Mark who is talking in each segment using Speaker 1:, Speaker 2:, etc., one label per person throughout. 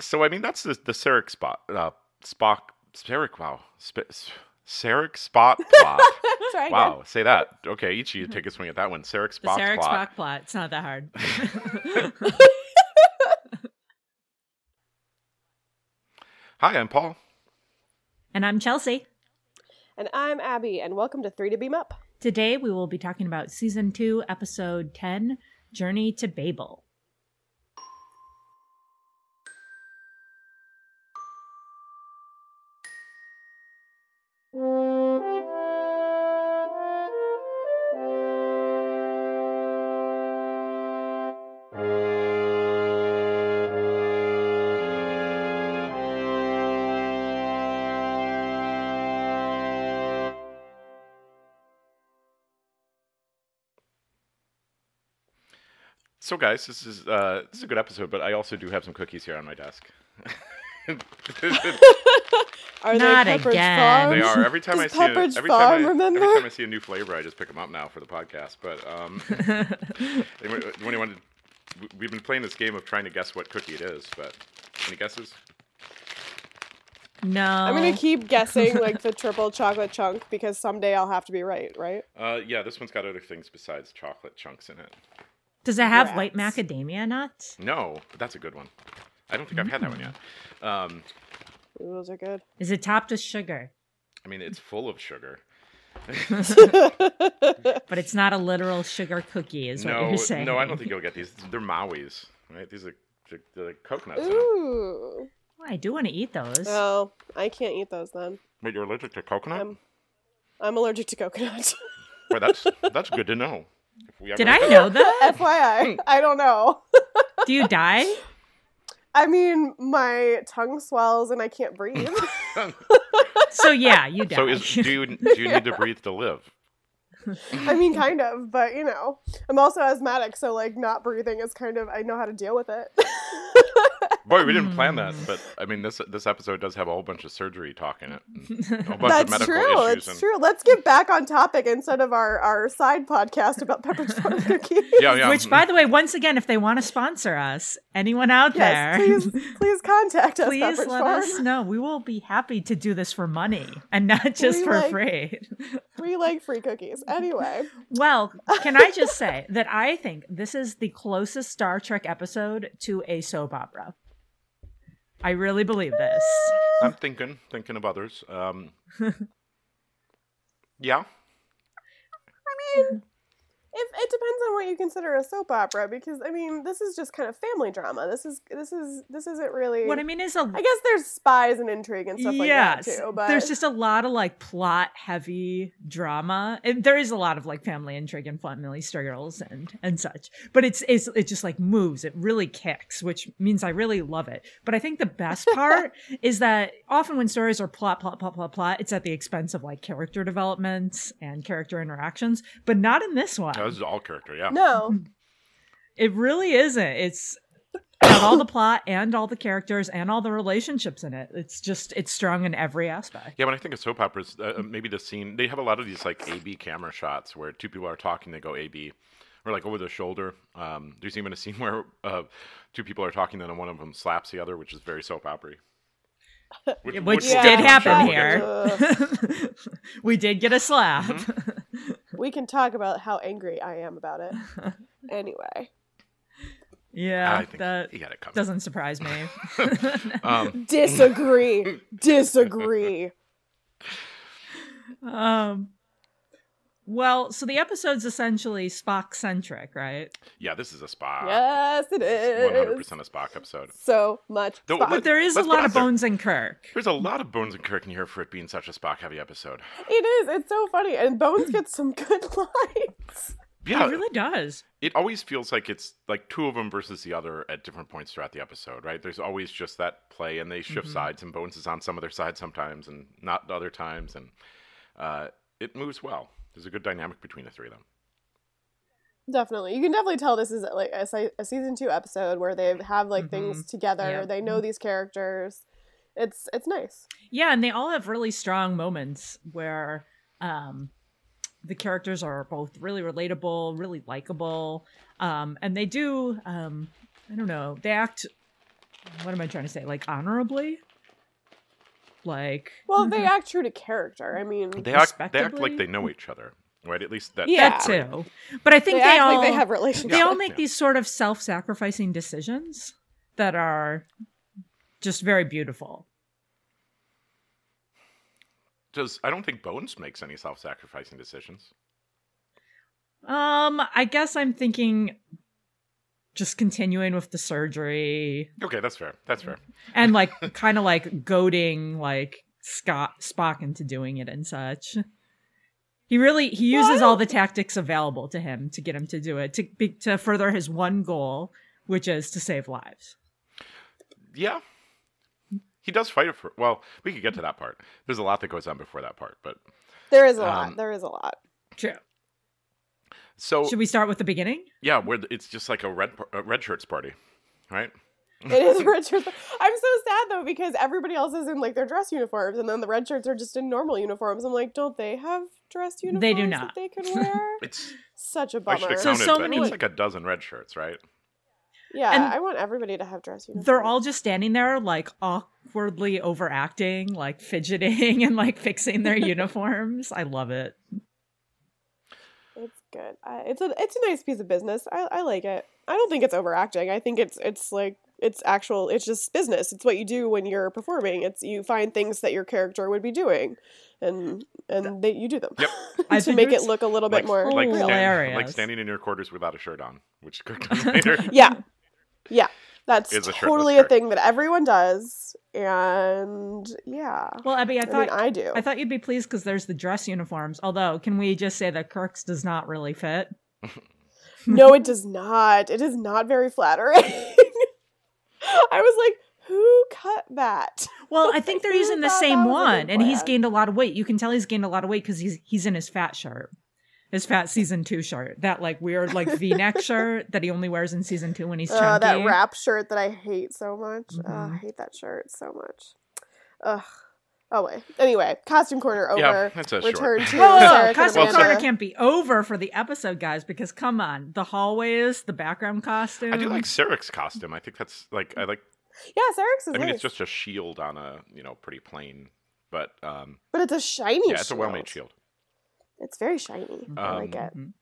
Speaker 1: So I mean, that's the the Sarek spot, uh, Spock, Sarek. Wow, Sp- S- Sarek spot plot.
Speaker 2: Sorry. again.
Speaker 1: wow, say that. Okay, each of you take a swing at that one. Sarek
Speaker 3: The
Speaker 1: spot
Speaker 3: Sarek
Speaker 1: plot.
Speaker 3: Spock plot. It's not that hard.
Speaker 1: Hi, I'm Paul.
Speaker 3: and I'm Chelsea.
Speaker 2: And I'm Abby, and welcome to Three to Beam Up.
Speaker 3: Today we will be talking about season two, episode 10 Journey to Babel.
Speaker 1: So guys, this is uh, this is a good episode, but I also do have some cookies here on my desk. they
Speaker 2: Are they
Speaker 3: Not
Speaker 2: Pepperidge
Speaker 3: again.
Speaker 2: Farm?
Speaker 3: They
Speaker 1: are every time I
Speaker 2: Does
Speaker 1: see a,
Speaker 2: Pepperidge
Speaker 1: every
Speaker 2: Farm
Speaker 1: time I,
Speaker 2: remember?
Speaker 1: every time I see a new flavor, I just pick them up now for the podcast. But um, anyone, anyone who wanted- we- we've been playing this game of trying to guess what cookie it is. But any guesses?
Speaker 3: No.
Speaker 2: I'm gonna keep guessing like the triple chocolate chunk because someday I'll have to be right, right?
Speaker 1: Uh, yeah, this one's got other things besides chocolate chunks in it.
Speaker 3: Does it have
Speaker 2: Rats.
Speaker 3: white macadamia nuts?
Speaker 1: No, but that's a good one. I don't think I've had that one yet. Um,
Speaker 2: Ooh, those are good.
Speaker 3: Is it topped with sugar?
Speaker 1: I mean, it's full of sugar.
Speaker 3: But it's not a literal sugar cookie, is what
Speaker 1: no,
Speaker 3: you're saying.
Speaker 1: no, I don't think you'll get these. They're Maui's, right? These are they're, they're like coconuts. in 'em.
Speaker 2: Ooh.
Speaker 3: Oh, I do want to eat those.
Speaker 2: Oh, I can't eat those then.
Speaker 1: Wait, you're allergic to coconut?
Speaker 2: Um, I'm allergic to coconut.
Speaker 1: Boy, that's that's good to know. If we ever-
Speaker 3: Did I know that?
Speaker 2: FYI, I don't know.
Speaker 3: Do you die?
Speaker 2: I mean, my tongue swells and I can't breathe.
Speaker 3: So yeah, you die.
Speaker 1: So is, do you do you need to breathe to live?
Speaker 2: I mean, kind of, but you know, I'm also asthmatic, so like not breathing is kind of I know how to deal with it.
Speaker 1: Boy, we didn't plan that, but I mean this this episode does have a whole bunch of surgery talk in it. and A whole bunch of
Speaker 2: That's
Speaker 1: medical
Speaker 2: true.
Speaker 1: issues
Speaker 2: It's
Speaker 1: and
Speaker 2: true. Let's get back on topic instead of our our side podcast about Pepperidge Farm cookies.
Speaker 1: yeah, yeah.
Speaker 3: Which, by the way, once again, if they want to sponsor us, anyone out
Speaker 2: Yes,
Speaker 3: there,
Speaker 2: please, please contact us.
Speaker 3: please
Speaker 2: Pepperidge
Speaker 3: let
Speaker 2: Farm.
Speaker 3: us know. We will be happy to do this for money and not just
Speaker 2: We
Speaker 3: for
Speaker 2: like-
Speaker 3: free.
Speaker 2: We like free cookies. Anyway,
Speaker 3: Well, can I just say that I think this is the closest Star Trek episode to a soap opera. I really believe this.
Speaker 1: I'm thinking thinking of others. Um, yeah.
Speaker 2: I mean, if, it depends on what you consider a soap opera, because I mean, this is just kind of family drama. This is this is this isn't really.
Speaker 3: What I mean is a
Speaker 2: I guess there's spies and intrigue and stuff like
Speaker 3: yes,
Speaker 2: that too. But
Speaker 3: there's just a lot of like plot heavy drama. And there is a lot of like family intrigue and family struggles and and such. But it's it's it just like moves. It really kicks, which means I really love it. But I think the best part is that often when stories are plot, plot, plot, plot, plot, it's at the expense of like character developments and character interactions. But not in this one.
Speaker 1: No, this is all character, yeah.
Speaker 2: no,
Speaker 3: It really isn't. It's got all the plot and all the characters and all the relationships in it. It's just it's strong in every aspect.
Speaker 1: Yeah, when I think of soap operas, uh, uh, maybe the scene they have a lot of these like A B camera shots where two people are talking, they go A B, or like over the shoulder. Um, there's even a scene where uh, two people are talking, then one of them slaps the other, which is very soap opera.
Speaker 3: Yeah, which
Speaker 1: we'll
Speaker 3: did
Speaker 1: get to,
Speaker 3: happen
Speaker 1: we'll
Speaker 2: that-
Speaker 1: get to.
Speaker 3: here.
Speaker 2: Ugh.
Speaker 3: we did get a slap.
Speaker 1: Mm-hmm.
Speaker 2: we can talk about how angry I am about it. Anyway,
Speaker 3: yeah,
Speaker 1: I think
Speaker 3: that
Speaker 1: he had it coming.
Speaker 3: doesn't surprise me.
Speaker 1: Um,
Speaker 2: disagree, disagree.
Speaker 3: um, well, so the episode's essentially Spock centric, right?
Speaker 1: yeah, this is a Spock.
Speaker 2: Yes, it
Speaker 1: Ah, One hundred
Speaker 2: is.
Speaker 1: percent a Spock episode.
Speaker 2: So much.
Speaker 1: Don't
Speaker 2: Spock.
Speaker 1: let-
Speaker 3: But there is a
Speaker 1: Let's put
Speaker 3: lot
Speaker 1: out
Speaker 3: of
Speaker 1: there-
Speaker 3: Bones and Kirk.
Speaker 1: There's a lot of Bones and Kirk in here for it being such a Spock heavy episode.
Speaker 2: It is. It's so funny, and Bones gets some good lines.
Speaker 1: Yeah,
Speaker 3: It really does.
Speaker 1: it always feels like it's like two of them versus the other at different points throughout the episode, right? There's always just that play, and they shift
Speaker 3: Mm-hmm.
Speaker 1: sides, and Bones is on some of their side sometimes, and not other times, and uh, it moves well. There's a good dynamic between the three of them.
Speaker 2: Definitely, you can definitely tell this is like a, se- a season two episode where they have like things together.
Speaker 3: Mm-hmm. Yeah.
Speaker 2: They know these characters. It's it's nice.
Speaker 3: Yeah, and they all have really strong moments where um, the characters are both really relatable, really likable, um, and they do. Um, I don't know. They act what am I trying to say? Like honorably? Like
Speaker 2: Well, they act true to character. I mean,
Speaker 1: They act, they act
Speaker 3: Respectably?
Speaker 1: like they know each other, right? At least that.
Speaker 2: Yeah.
Speaker 3: that too. But I think
Speaker 2: they
Speaker 3: they,
Speaker 2: act
Speaker 3: all
Speaker 2: like they have
Speaker 3: they
Speaker 2: relationships.
Speaker 3: all make
Speaker 1: Yeah.
Speaker 3: these sort of self-sacrificing decisions that are just very beautiful.
Speaker 1: Does I don't think Bones makes any self-sacrificing decisions.
Speaker 3: Um, I guess I'm thinking just continuing with the surgery
Speaker 1: Okay, that's fair. That's fair.
Speaker 3: and like kind of like goading like Scott Spock into doing it and such. He really he
Speaker 2: Well, I
Speaker 3: uses all the tactics available to him to get him to do it to be, to further his one goal, which is to save lives.
Speaker 1: Yeah. He does fight it for. Well, we could get to that part. There's a lot that goes on before that part, but
Speaker 2: There is a
Speaker 1: Um,
Speaker 2: lot. There is a lot.
Speaker 3: True.
Speaker 1: so
Speaker 3: Should we start with the beginning?
Speaker 1: yeah, where it's just like a red par- a red shirts party, right?
Speaker 2: It is Richard. I'm so sad though because everybody else is in like their dress uniforms, and then the red shirts are just in normal uniforms. I'm like, don't they have dress uniforms?
Speaker 3: They do
Speaker 2: That
Speaker 3: not.
Speaker 2: they could wear.
Speaker 1: It's
Speaker 2: Such a
Speaker 1: I
Speaker 2: bummer.
Speaker 1: should have
Speaker 3: So-
Speaker 1: counted,
Speaker 3: so
Speaker 1: but
Speaker 3: many-
Speaker 1: it's like a dozen red shirts, right?
Speaker 2: yeah,
Speaker 3: and-
Speaker 2: I want everybody to have dress uniforms.
Speaker 3: They're all just standing there like awkwardly overacting, like fidgeting and like fixing their uniforms. I love it.
Speaker 2: It's good. I, it's a it's a nice piece of business. I, I like it. I don't think it's overacting. I think it's it's like it's actual. It's just business. It's what you do when you're performing. It's you find things that your character would be doing, and and they, you do them
Speaker 1: Yep.
Speaker 3: I
Speaker 2: to
Speaker 3: think
Speaker 2: make it
Speaker 3: it's
Speaker 2: look a little bit more
Speaker 1: like,
Speaker 2: real.
Speaker 1: stand, like
Speaker 3: Hilarious.
Speaker 1: standing in your quarters without a shirt on, which Kirk does later.
Speaker 2: Yeah. Yeah. That's
Speaker 1: Is a shirtless
Speaker 2: totally a
Speaker 1: shirt.
Speaker 2: thing that everyone does. And yeah.
Speaker 3: Well, Abby, I
Speaker 2: I mean,
Speaker 3: thought
Speaker 2: I do.
Speaker 3: I thought you'd be pleased because there's the dress uniforms. Although, can we just say that Kirk's does not really fit?
Speaker 2: no, it does not. It is not very flattering. I was like, who cut that?
Speaker 3: Well, I think they're
Speaker 2: Who
Speaker 3: using the
Speaker 2: thought
Speaker 3: same
Speaker 2: that was a
Speaker 3: one,
Speaker 2: good
Speaker 3: and he's
Speaker 2: plan?
Speaker 3: gained a lot of weight. You can tell he's gained a lot of weight because he's he's in his fat shirt, his fat season two shirt, that like weird like V neck shirt that he only wears in season two when he's chunky.
Speaker 2: Uh, that wrap shirt that I hate so much. Uh, I
Speaker 3: Mhm.
Speaker 2: hate that shirt so much. Ugh. Oh, wait. Anyway, costume corner over.
Speaker 1: yeah, that's a short.
Speaker 2: Return to
Speaker 3: Whoa, whoa, whoa.
Speaker 2: Sarah
Speaker 3: costume
Speaker 1: Amanda.
Speaker 3: corner can't be over for the episode, guys, because come on, the hallways, the background costume.
Speaker 1: I do like Sarek's costume. I think that's like I like.
Speaker 2: Yeah, Sarek's is
Speaker 1: I mean,
Speaker 2: nice.
Speaker 1: it's just a shield on a you know pretty plain, but um,
Speaker 2: but it's a shiny
Speaker 1: yeah, it's a well-made shield.
Speaker 2: It's very shiny. I like
Speaker 1: Um,
Speaker 2: it.
Speaker 3: Mhm.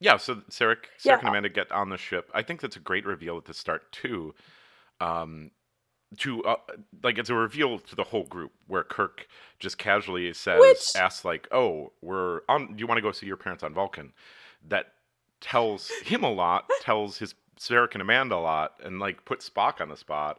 Speaker 1: Yeah, so Sarek, Sarek
Speaker 2: Yeah.
Speaker 1: and Amanda get on the ship. I think that's a great reveal at the start too. Um, to uh, like it's a reveal to the whole group where Kirk just casually says,
Speaker 2: Which-
Speaker 1: asks like, "Oh, we're on. Do you want to go see your parents on Vulcan?" That tells him a lot. tells his Sarek and Amanda a lot, and like puts Spock on the spot.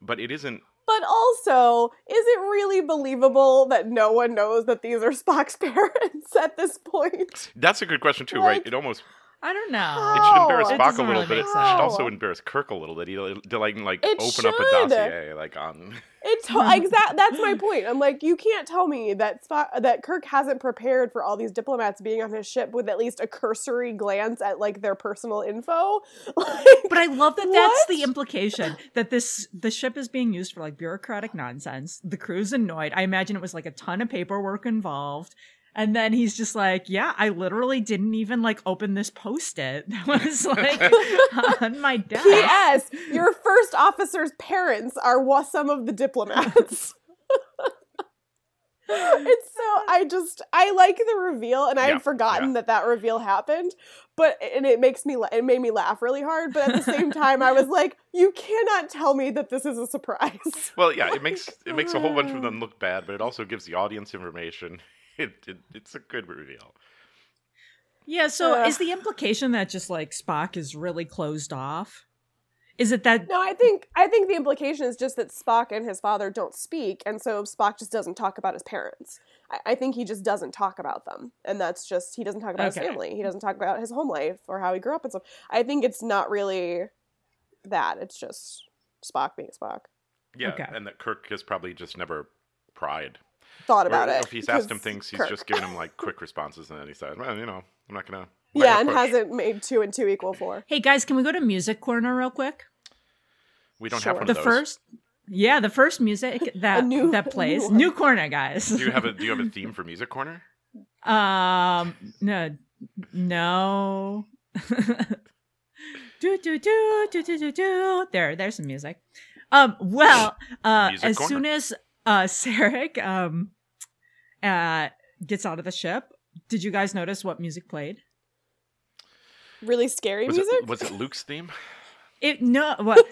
Speaker 1: But it isn't.
Speaker 2: But also, is it really believable that no one knows that these are Spock's parents at this point?
Speaker 1: That's a good question too, right?
Speaker 2: Like-
Speaker 1: It almost
Speaker 3: I don't
Speaker 1: it
Speaker 3: know.
Speaker 1: should
Speaker 2: How?
Speaker 1: embarrass
Speaker 2: That
Speaker 1: Spock a
Speaker 3: doesn't
Speaker 1: little
Speaker 3: really
Speaker 1: bit. It
Speaker 3: make
Speaker 1: should
Speaker 3: sense.
Speaker 1: also embarrass Kirk a little bit. He to like like
Speaker 2: It
Speaker 1: open up a
Speaker 2: should.
Speaker 1: dossier like on.
Speaker 2: It's to- exact. That's my point. I'm like, you can't tell me that Spock, that Kirk hasn't prepared for all these diplomats being on his ship with at least a cursory glance at like their personal info. Like,
Speaker 3: But I love that that's
Speaker 2: What?
Speaker 3: the implication that this the ship is being used for like bureaucratic nonsense. The crew's annoyed. I imagine it was like a ton of paperwork involved. And then he's just like, "Yeah, I literally didn't even like open this post-it that was like on my desk."
Speaker 2: P.S. Your first officer's parents are wa- some of the diplomats. it's so I just I like the reveal, and I
Speaker 1: Yeah,
Speaker 2: had forgotten that that reveal happened. But and it makes me la- it made me laugh really hard. But at the same time, I was like, you cannot tell me that this is a surprise.
Speaker 1: Well, yeah, it makes it makes a whole bunch of them look bad, but it also gives the audience information. It, it it's a good reveal.
Speaker 3: Yeah, so
Speaker 2: Ugh.
Speaker 3: is the implication that just like Spock is really closed off? Is it that
Speaker 2: No, I think I think the implication is just that Spock and his father don't speak, and so Spock just doesn't talk about his parents. I, I think he just doesn't talk about them, and that's just he doesn't talk about
Speaker 3: Okay.
Speaker 2: his family. He doesn't talk about his home life or how he grew up and stuff. I think it's not really that. It's just Spock being Spock.
Speaker 1: Yeah,
Speaker 3: Okay.
Speaker 1: and that Kirk has probably just never pried.
Speaker 2: Thought
Speaker 1: Or
Speaker 2: about it.
Speaker 1: If he's asked him
Speaker 2: because
Speaker 1: things, he's
Speaker 2: Kirk.
Speaker 1: just given him like quick responses, and then he said, "Well, you know, I'm not gonna." I'm not
Speaker 2: yeah, and
Speaker 1: gonna push.
Speaker 2: hasn't made two and two equal four.
Speaker 3: Hey guys, can we go to music corner real quick?
Speaker 1: We don't
Speaker 2: Sure.
Speaker 1: have one
Speaker 3: The
Speaker 1: of those.
Speaker 3: first Yeah, the first music that
Speaker 2: new- a
Speaker 3: that
Speaker 2: new
Speaker 3: plays.
Speaker 2: one.
Speaker 3: new corner, guys.
Speaker 1: Do you have a Do you have a theme for Music Corner?
Speaker 3: Um, no, no. do do do do do do do. There, there's some music. Um, well, uh,
Speaker 1: Music
Speaker 3: as
Speaker 1: corner.
Speaker 3: soon as uh, Sarek um, uh, gets out of the ship, did you guys notice what music played?
Speaker 2: Really scary
Speaker 1: Was
Speaker 2: music.
Speaker 1: it, was it Luke's theme?
Speaker 3: It no, what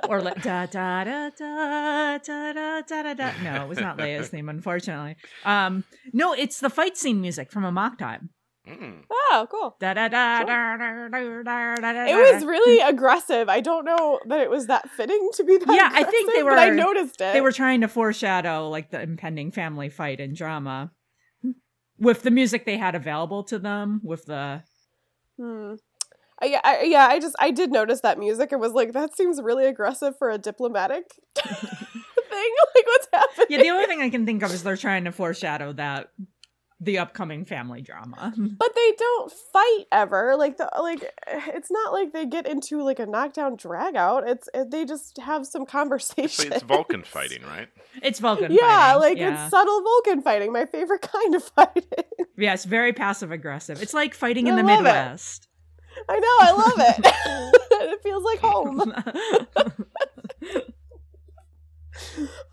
Speaker 3: or like da da da da da da da da da. No, it was not Leia's theme, unfortunately. Um, no, it's the fight scene music from a mock time.
Speaker 1: Mm.
Speaker 2: oh, cool.
Speaker 3: Da da da
Speaker 2: Sure.
Speaker 3: da da da da da. da,
Speaker 2: It was
Speaker 3: da.
Speaker 2: really aggressive. I don't know that it was that fitting to be that.
Speaker 3: Yeah, I think they
Speaker 2: aggressive, But I
Speaker 3: were-
Speaker 2: noticed it.
Speaker 3: They were trying to foreshadow like the impending family fight and drama with the music they had available to them. With the
Speaker 2: Hmm. I, yeah, I, yeah, I just I did notice that music and was like, that seems really aggressive for a diplomatic thing. Like, what's happening?
Speaker 3: yeah, the only thing I can think of is they're trying to foreshadow that the upcoming family drama.
Speaker 2: but they don't fight ever. Like the like, it's not like they get into like a knockdown drag out. It's it, they just have some
Speaker 1: It's,
Speaker 2: conversation.
Speaker 1: it's Vulcan fighting, right?
Speaker 3: It's Vulcan.
Speaker 2: Yeah,
Speaker 3: fighting.
Speaker 2: like
Speaker 3: yeah.
Speaker 2: it's subtle Vulcan fighting, my favorite kind of fighting.
Speaker 3: Yeah, it's very passive aggressive. It's like fighting in
Speaker 2: I
Speaker 3: the
Speaker 2: love it.
Speaker 3: Midwest.
Speaker 2: I know, I love it. it feels like home.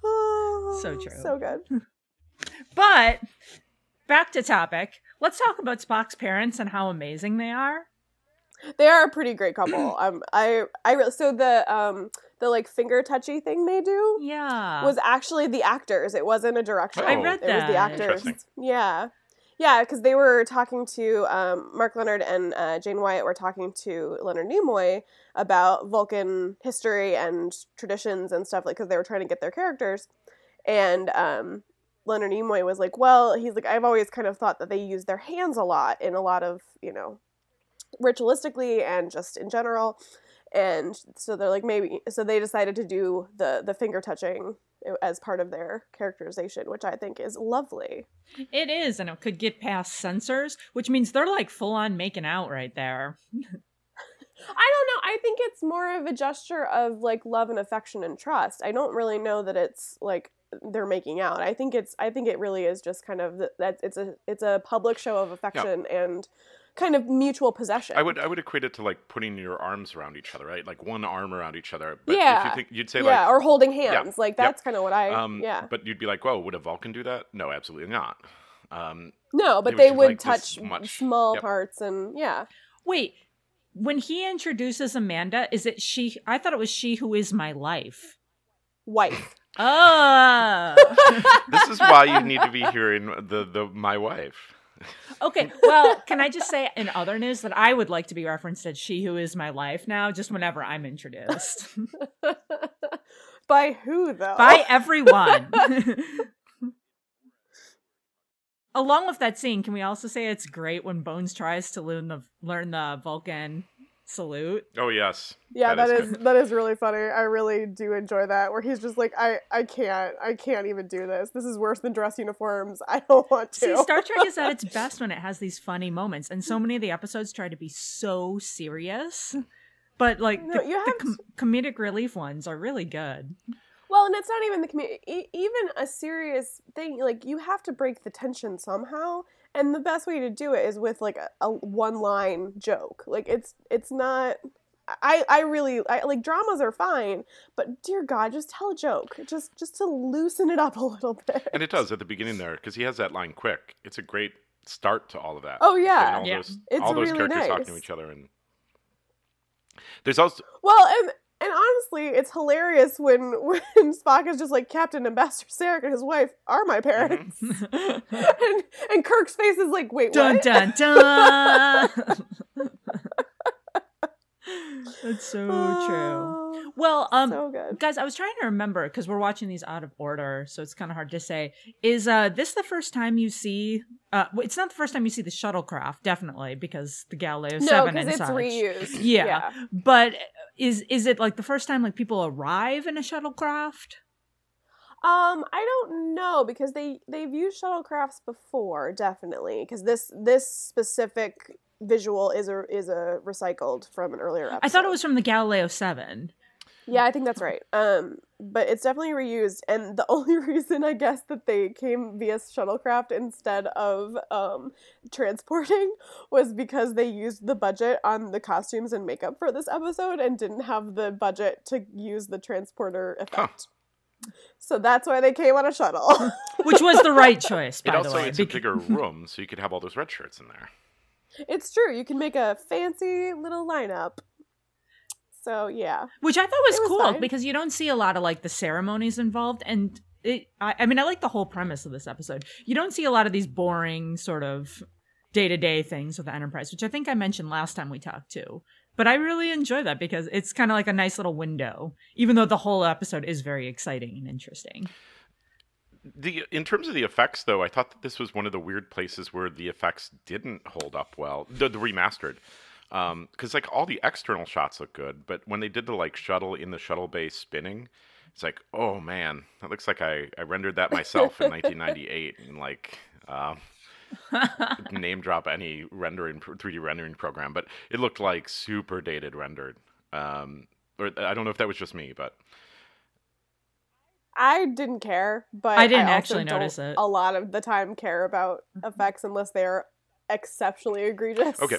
Speaker 2: Oh,
Speaker 3: So true.
Speaker 2: So good.
Speaker 3: but back to topic. Let's talk about Spock's parents and how amazing they are.
Speaker 2: They are a pretty great couple. Um, I I re- so the um the like finger touchy thing they do
Speaker 3: Yeah.
Speaker 2: was actually the actors. It wasn't a director.
Speaker 1: I read
Speaker 2: it was the
Speaker 3: that.
Speaker 2: actors.
Speaker 1: Interesting.
Speaker 2: Yeah. Yeah, because they were talking to um, Mark Leonard and uh, Jane Wyatt were talking to Leonard Nimoy about Vulcan history and traditions and stuff, like because they were trying to get their characters. And um, Leonard Nimoy was like, "Well, he's like, I've always kind of thought that they use their hands a lot in a lot of you know, ritualistically and just in general." And so they're like, maybe. So they decided to do the the finger touching as part of their characterization, which I think is lovely.
Speaker 3: it is, and it could get past censors, which means they're like full on making out right there.
Speaker 2: I don't know. I think it's more of a gesture of like love and affection and trust. I don't really know that it's like they're making out. I think it's I think it really is just kind of th- that it's a it's a public show of affection and kind of mutual possession.
Speaker 1: I would I would equate it to like putting your arms around each other, right? Like one arm around each other. But if
Speaker 2: Yeah.
Speaker 1: you think you'd say
Speaker 2: yeah,
Speaker 1: like
Speaker 2: or holding hands. Like
Speaker 1: Yep.
Speaker 2: that's kind of what I
Speaker 1: um
Speaker 2: yeah.
Speaker 1: but you'd be like, Whoa, would a Vulcan do that? No, absolutely not. Um
Speaker 2: No,
Speaker 1: it
Speaker 2: but
Speaker 1: was
Speaker 2: they
Speaker 1: just
Speaker 2: would
Speaker 1: like this
Speaker 2: touch
Speaker 1: much-
Speaker 2: small
Speaker 1: yep.
Speaker 2: parts and yeah.
Speaker 3: Wait, when he introduces Amanda, is it she? I thought it was she who is my life.
Speaker 2: Wife.
Speaker 3: Oh.
Speaker 1: this is why you need to be hearing the the my wife.
Speaker 3: Okay, well, can I just say in other news that I would like to be referenced as she who is my life now, just whenever I'm introduced
Speaker 2: By who though?
Speaker 3: by everyone. Along with that scene, can we also say it's great when Bones tries to learn the learn the Vulcan salute?
Speaker 1: Oh yes.
Speaker 2: Yeah,
Speaker 1: That
Speaker 2: that
Speaker 1: is
Speaker 2: is, that is really funny. I really do enjoy that where he's just like, I, I can't, I can't even do this. This is worse than dress uniforms. I don't want to.
Speaker 3: See, Star Trek is at its best when it has these funny moments, and
Speaker 2: Mm.
Speaker 3: so many of the episodes try to be so serious, but like
Speaker 2: No,
Speaker 3: the,
Speaker 2: you
Speaker 3: the
Speaker 2: have
Speaker 3: com- comedic relief ones are really good.
Speaker 2: well, and it's not even the community. E- even a serious thing like you have to break the tension somehow, and the best way to do it is with like a, a one line joke. Like it's it's not. I I really I, like dramas are fine, but dear God, just tell a joke, just just to loosen it up a little bit.
Speaker 1: And it does at the beginning there, because he has that line quick. It's a great start to all of that.
Speaker 2: Oh,
Speaker 1: Getting
Speaker 2: yeah.
Speaker 1: all
Speaker 3: Yeah.
Speaker 1: those,
Speaker 2: It's
Speaker 1: all those
Speaker 2: really
Speaker 1: characters talking to
Speaker 2: nice.
Speaker 1: each other and there's also
Speaker 2: Well, and and honestly, it's hilarious when when Spock is just like Captain Ambassador Sarek and his wife are
Speaker 3: Mm-hmm.
Speaker 2: my
Speaker 1: mm-hmm.
Speaker 2: parents, and and Kirk's face is like, wait,
Speaker 3: Dun
Speaker 2: what?
Speaker 3: dun dun. That's so true.
Speaker 2: Oh,
Speaker 3: Well, um,
Speaker 2: so good.
Speaker 3: guys, I was trying to remember because we're watching these out of order, so it's kind of hard to say. Is uh this the first time you see? Uh, well, it's not the first time you see the shuttlecraft, definitely, because the Galileo
Speaker 2: No,
Speaker 3: Seven
Speaker 2: because
Speaker 3: and
Speaker 2: it's
Speaker 3: such.
Speaker 2: reused.
Speaker 3: Yeah. But uh, is is it like the first time like people arrive in a shuttlecraft?
Speaker 2: Um, I don't know because they they've used shuttlecrafts before, definitely. Because this this specific visual is a is a recycled from an earlier episode.
Speaker 3: I thought it was from the Galileo Seven.
Speaker 2: Yeah, I think that's right. Um, but it's definitely reused. And the only reason I guess that they came via shuttlecraft instead of um, transporting was because they used the budget on the costumes and makeup for this episode and didn't have the budget to use the transporter effect. So that's why they came on a shuttle.
Speaker 3: which was the right choice, by
Speaker 1: It also
Speaker 3: the way.
Speaker 1: it's a
Speaker 3: bec-
Speaker 1: bigger room, so you could have all those red shirts in there.
Speaker 2: it's true. You can make a fancy little lineup. So yeah,
Speaker 3: which I thought was,
Speaker 2: It was
Speaker 3: cool
Speaker 2: fine.
Speaker 3: because you don't see a lot of like the ceremonies involved, and it, I, I mean, I like the whole premise of this episode. You don't see a lot of these boring sort of day to day things with the Enterprise, which I think I mentioned last time we talked too. But I really enjoy that because it's kind of like a nice little window, even though the whole episode is very exciting and interesting.
Speaker 1: The in terms of the effects, though, I thought that this was one of the weird places where the effects didn't hold up well. The, the remastered, because like all the external shots look good, but when they did the like shuttle in the shuttle bay spinning, it's like, oh man, that looks like I, I rendered that myself in 1998 and like. Um, name drop any rendering pro- 3D rendering program, but it looked like super dated rendered. Um, or I don't know if that was just me, but
Speaker 2: I didn't care, but
Speaker 3: I didn't
Speaker 2: also
Speaker 3: actually
Speaker 2: don't
Speaker 3: notice it. Mm-hmm.
Speaker 2: A lot of the time, care about effects unless they are exceptionally egregious.
Speaker 1: Okay.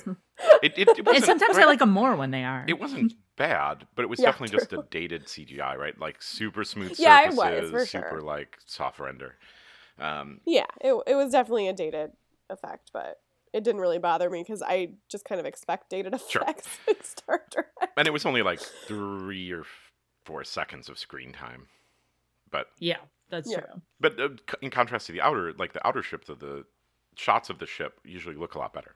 Speaker 1: it, it, it
Speaker 3: And
Speaker 1: wasn't-
Speaker 3: sometimes I
Speaker 1: right?
Speaker 3: like them more when they are.
Speaker 1: It wasn't bad, but it was
Speaker 2: Yeah,
Speaker 1: definitely just a dated CGI, right? Like super smooth
Speaker 2: Yeah, it
Speaker 1: surfaces,
Speaker 2: was, for
Speaker 1: super
Speaker 2: sure.
Speaker 1: like soft render. Um,
Speaker 2: Yeah, it it was definitely a dated effect, but it didn't really bother me because I just kind of expect dated
Speaker 1: Sure.
Speaker 2: effects in Star Trek.
Speaker 1: and it was only like three or f- four seconds of screen time, but
Speaker 3: yeah, that's
Speaker 2: Yeah.
Speaker 3: true.
Speaker 1: but uh, c- in contrast to the outer, like the outer ships of the shots of the ship usually look a lot better.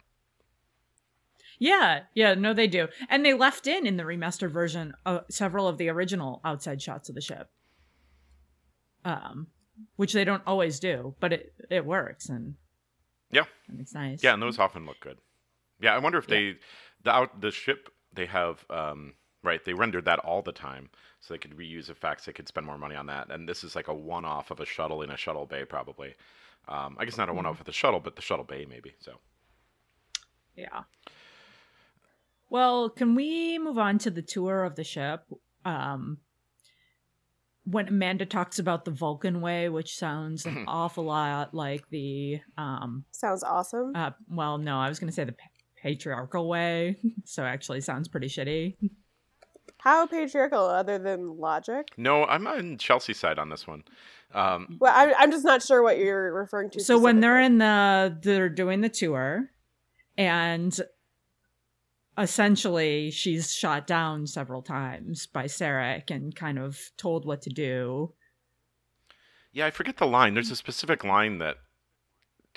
Speaker 3: Yeah, yeah, no, they do, and they left in in the remastered version uh, several of the original outside shots of the ship, um, which they don't always do, but it it works and
Speaker 1: Yeah.
Speaker 3: and it's nice.
Speaker 1: Yeah, and those often look good. Yeah, I wonder if they the out the ship they have um right, they rendered that all the time. So they could reuse effects, they could spend more money on that. And this is like a one off of a shuttle in a shuttle bay probably. Um, I guess not a one off of the shuttle, but the shuttle bay maybe. So
Speaker 3: yeah. Well, can we move on to the tour of the ship? Um, when Amanda talks about the Vulcan way, which sounds an awful lot like the um,
Speaker 2: Sounds awesome.
Speaker 3: Uh, well, no, I was going to say the pa- patriarchal way. So actually, sounds pretty shitty.
Speaker 2: How patriarchal, other than logic?
Speaker 1: no, I'm on Chelsea's side on this one. Um
Speaker 2: Well, I, I'm just not sure what you're referring to.
Speaker 3: So when they're
Speaker 2: specifically.
Speaker 3: in the, they're doing the tour, and essentially she's shot down several times by Sarek and kind of told what to do.
Speaker 1: yeah, I forget the line. There's a specific line that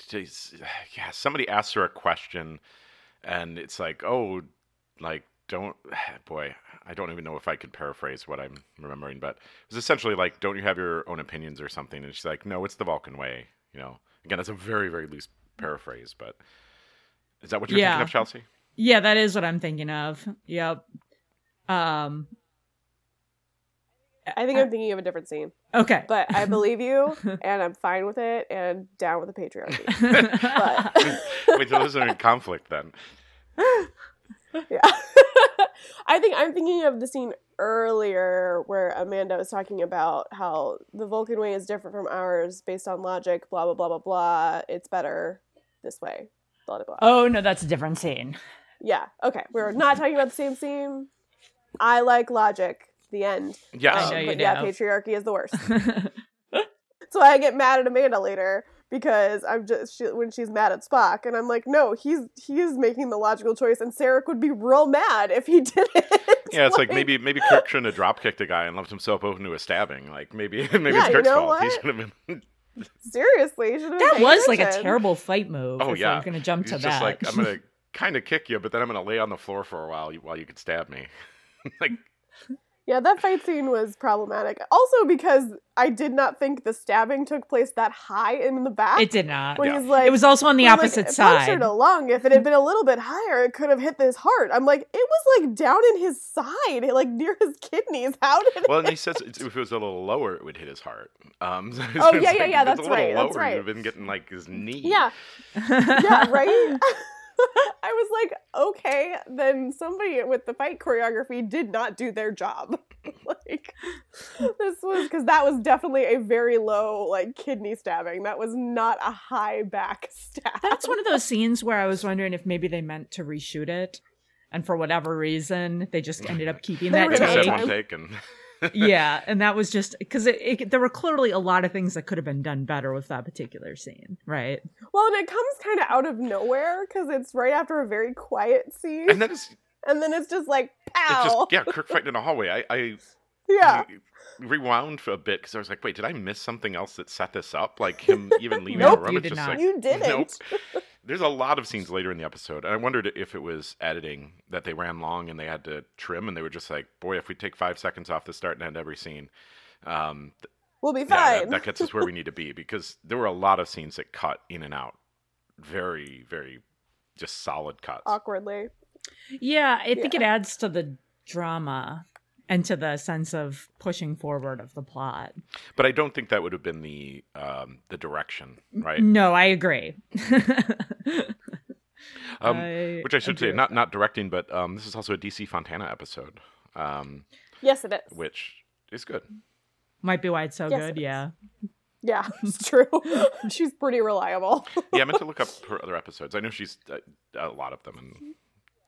Speaker 1: geez, yeah, somebody asks her a question and it's like, "Oh, like don't boy i don't even know if i could paraphrase what i'm remembering but it was essentially like don't you have your own opinions or something and she's like no it's the vulcan way you know again that's a very very loose paraphrase but is that what you're
Speaker 3: Yeah.
Speaker 1: thinking of chelsea
Speaker 3: Yeah, that is what I'm thinking of. Yep. Um.
Speaker 2: I
Speaker 3: uh,
Speaker 2: think I'm thinking of a different scene,
Speaker 3: Okay.
Speaker 2: but I believe you, and I'm fine with it, and down with the patriarchy. But
Speaker 1: wait so those are in conflict then
Speaker 2: Yeah. I think I'm thinking of the scene earlier where Amanda was talking about how the Vulcan way is different from ours based on logic, blah, blah, blah, blah, blah. It's better this way, blah, blah, blah.
Speaker 3: oh no, that's a different scene.
Speaker 2: Yeah. Okay. We're not talking about the same scene. I like logic, the end.
Speaker 1: yes
Speaker 3: I know
Speaker 2: Um,
Speaker 3: you
Speaker 2: but yeah,
Speaker 3: do.
Speaker 2: patriarchy is the worst. So I get mad at Amanda later because I'm just she, when she's mad at Spock, and I'm like, no, he's he is making the logical choice, and Sarek would be real mad if he did it.
Speaker 1: yeah it's like, maybe maybe kirk shouldn't have drop kicked a guy and left himself open to a stabbing like maybe maybe
Speaker 2: Yeah,
Speaker 1: it's
Speaker 2: you
Speaker 1: kirk's
Speaker 2: know
Speaker 1: fault he
Speaker 2: what?
Speaker 1: should have been
Speaker 2: seriously, you should've been
Speaker 3: That
Speaker 2: paying
Speaker 3: was like a
Speaker 2: attention.
Speaker 3: terrible fight move.
Speaker 1: Oh,
Speaker 3: if
Speaker 1: yeah.
Speaker 3: we're gonna jump
Speaker 1: he's
Speaker 3: to
Speaker 1: just
Speaker 3: that.
Speaker 1: like i'm gonna kind of kick you but then i'm gonna lay on the floor for a while while you could stab me like
Speaker 2: Yeah, that fight scene was problematic. Also because I did not think the stabbing took place that high in the back.
Speaker 3: It did not.
Speaker 2: When
Speaker 1: Yeah.
Speaker 2: he's like,
Speaker 3: it was also on the
Speaker 2: I'm like,
Speaker 3: opposite
Speaker 2: it
Speaker 3: side.
Speaker 2: punctured a lung. If it had been a little bit higher, it could have hit his heart. I'm like, it was like down in his side, like near his kidneys. How did it?
Speaker 1: Well, and he says it's, if it was a little lower, it would hit his heart. Um, so
Speaker 2: Oh,
Speaker 1: it's
Speaker 2: yeah,
Speaker 1: like,
Speaker 2: yeah, yeah,
Speaker 1: if it's
Speaker 2: that's
Speaker 1: a little
Speaker 2: right,
Speaker 1: Lower,
Speaker 2: that's right.
Speaker 1: You'd have been getting like his knee.
Speaker 2: Yeah, yeah, right. I was like, okay, then somebody with the fight choreography did not do their job. like this was because that was definitely a very low like kidney stabbing. That was not a high back stab.
Speaker 3: That's one of those scenes where I was wondering if maybe they meant to reshoot it, and for whatever reason they just ended up keeping
Speaker 2: They
Speaker 3: that
Speaker 1: They just had
Speaker 3: take.
Speaker 1: one take and
Speaker 3: yeah, and that was just because it, it, there were clearly a lot of things that could have been done better with that particular scene, right?
Speaker 2: Well, and it comes kind of out of nowhere because it's right after a very quiet scene,
Speaker 1: and then it's, it's
Speaker 2: and then it's just like
Speaker 1: just
Speaker 2: pow,
Speaker 1: yeah, Kirk fighting in a hallway. I, I
Speaker 2: yeah.
Speaker 1: rewound for a bit because I was like, wait, did I miss something else that set this up? Like him even leaving
Speaker 3: Nope,
Speaker 1: the room.
Speaker 3: you
Speaker 1: it's
Speaker 3: did
Speaker 1: just
Speaker 3: not.
Speaker 1: like
Speaker 2: You didn't.
Speaker 1: Nope. There's a lot of scenes later in the episode, and I wondered if it was editing that they ran long and they had to trim, and they were just like, "Boy, if we take five seconds off the start and end every scene, um, th-
Speaker 2: We'll be
Speaker 1: yeah,
Speaker 2: fine.
Speaker 1: that, that gets us where we need to be." Because there were a lot of scenes that cut in and out, very, very, just solid cuts.
Speaker 2: Awkwardly.
Speaker 3: Yeah, I think it adds to the drama and to the sense of pushing forward of the plot.
Speaker 1: But I don't think that would have been the um, the direction, right?
Speaker 3: No, I agree.
Speaker 1: Um,
Speaker 3: I
Speaker 1: which I should say,
Speaker 3: agree with
Speaker 1: not
Speaker 3: that.
Speaker 1: not directing, but um, this is also a DC Fontana episode, um,
Speaker 2: Yes, it is.
Speaker 1: which is good.
Speaker 3: might be why it's so
Speaker 2: Yes,
Speaker 3: good.
Speaker 2: it is.
Speaker 3: Yeah,
Speaker 2: Yeah, it's true. She's pretty reliable.
Speaker 1: yeah, I meant to look up her other episodes. I know she's uh, a lot of them, and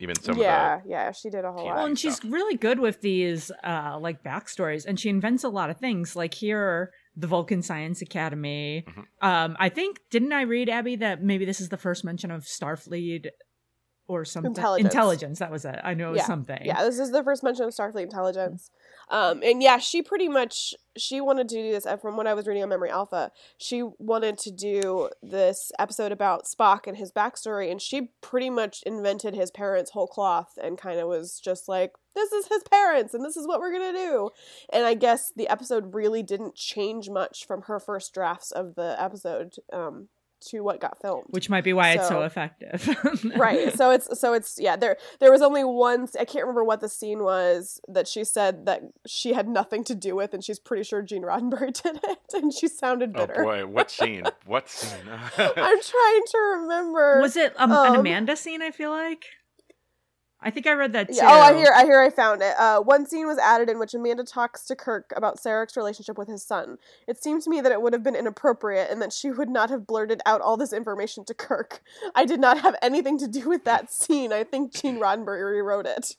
Speaker 1: even some
Speaker 2: yeah,
Speaker 1: of
Speaker 2: yeah, she did a whole
Speaker 1: Well,
Speaker 2: lot.
Speaker 3: well, and
Speaker 1: stuff.
Speaker 3: she's really good with these uh, like backstories, and she invents a lot of things. Like here, the Vulcan Science Academy. Um, I think didn't I read Abby that maybe this is the first mention of Starfleet or something?
Speaker 2: Intelligence.
Speaker 3: Intelligence, that was it. I knew it was
Speaker 2: Yeah,
Speaker 3: something.
Speaker 2: Yeah, this is the first mention of Starfleet intelligence. Um, and yeah, she pretty much she wanted to do this uh, from what I was reading on Memory Alpha. She wanted to do this episode about Spock and his backstory, and she pretty much invented his parents whole cloth and kind of was just like, "This is his parents, and this is what we're gonna do." And I guess the episode really didn't change much from her first drafts of the episode um, to what got filmed
Speaker 3: Which might be why it's so
Speaker 2: So-
Speaker 3: effective.
Speaker 2: right so it's so it's yeah there there was only one i can't remember what the scene was that she said that she had nothing to do with and she's pretty sure gene roddenberry did it and she sounded
Speaker 1: the. Oh
Speaker 2: bitter
Speaker 1: boy, what scene? What scene?
Speaker 2: i'm trying to remember
Speaker 3: Was it um, an
Speaker 2: Um,
Speaker 3: Amanda scene? I feel like. I think I read that too.
Speaker 2: Yeah, oh, I hear, I hear, I found it. Uh, one scene was added in which Amanda talks to Kirk about Sarek's relationship with his son. It seemed to me that it would have been inappropriate and that she would not have blurted out all this information to Kirk. I did not have anything to do with that scene. I think Gene Roddenberry rewrote it.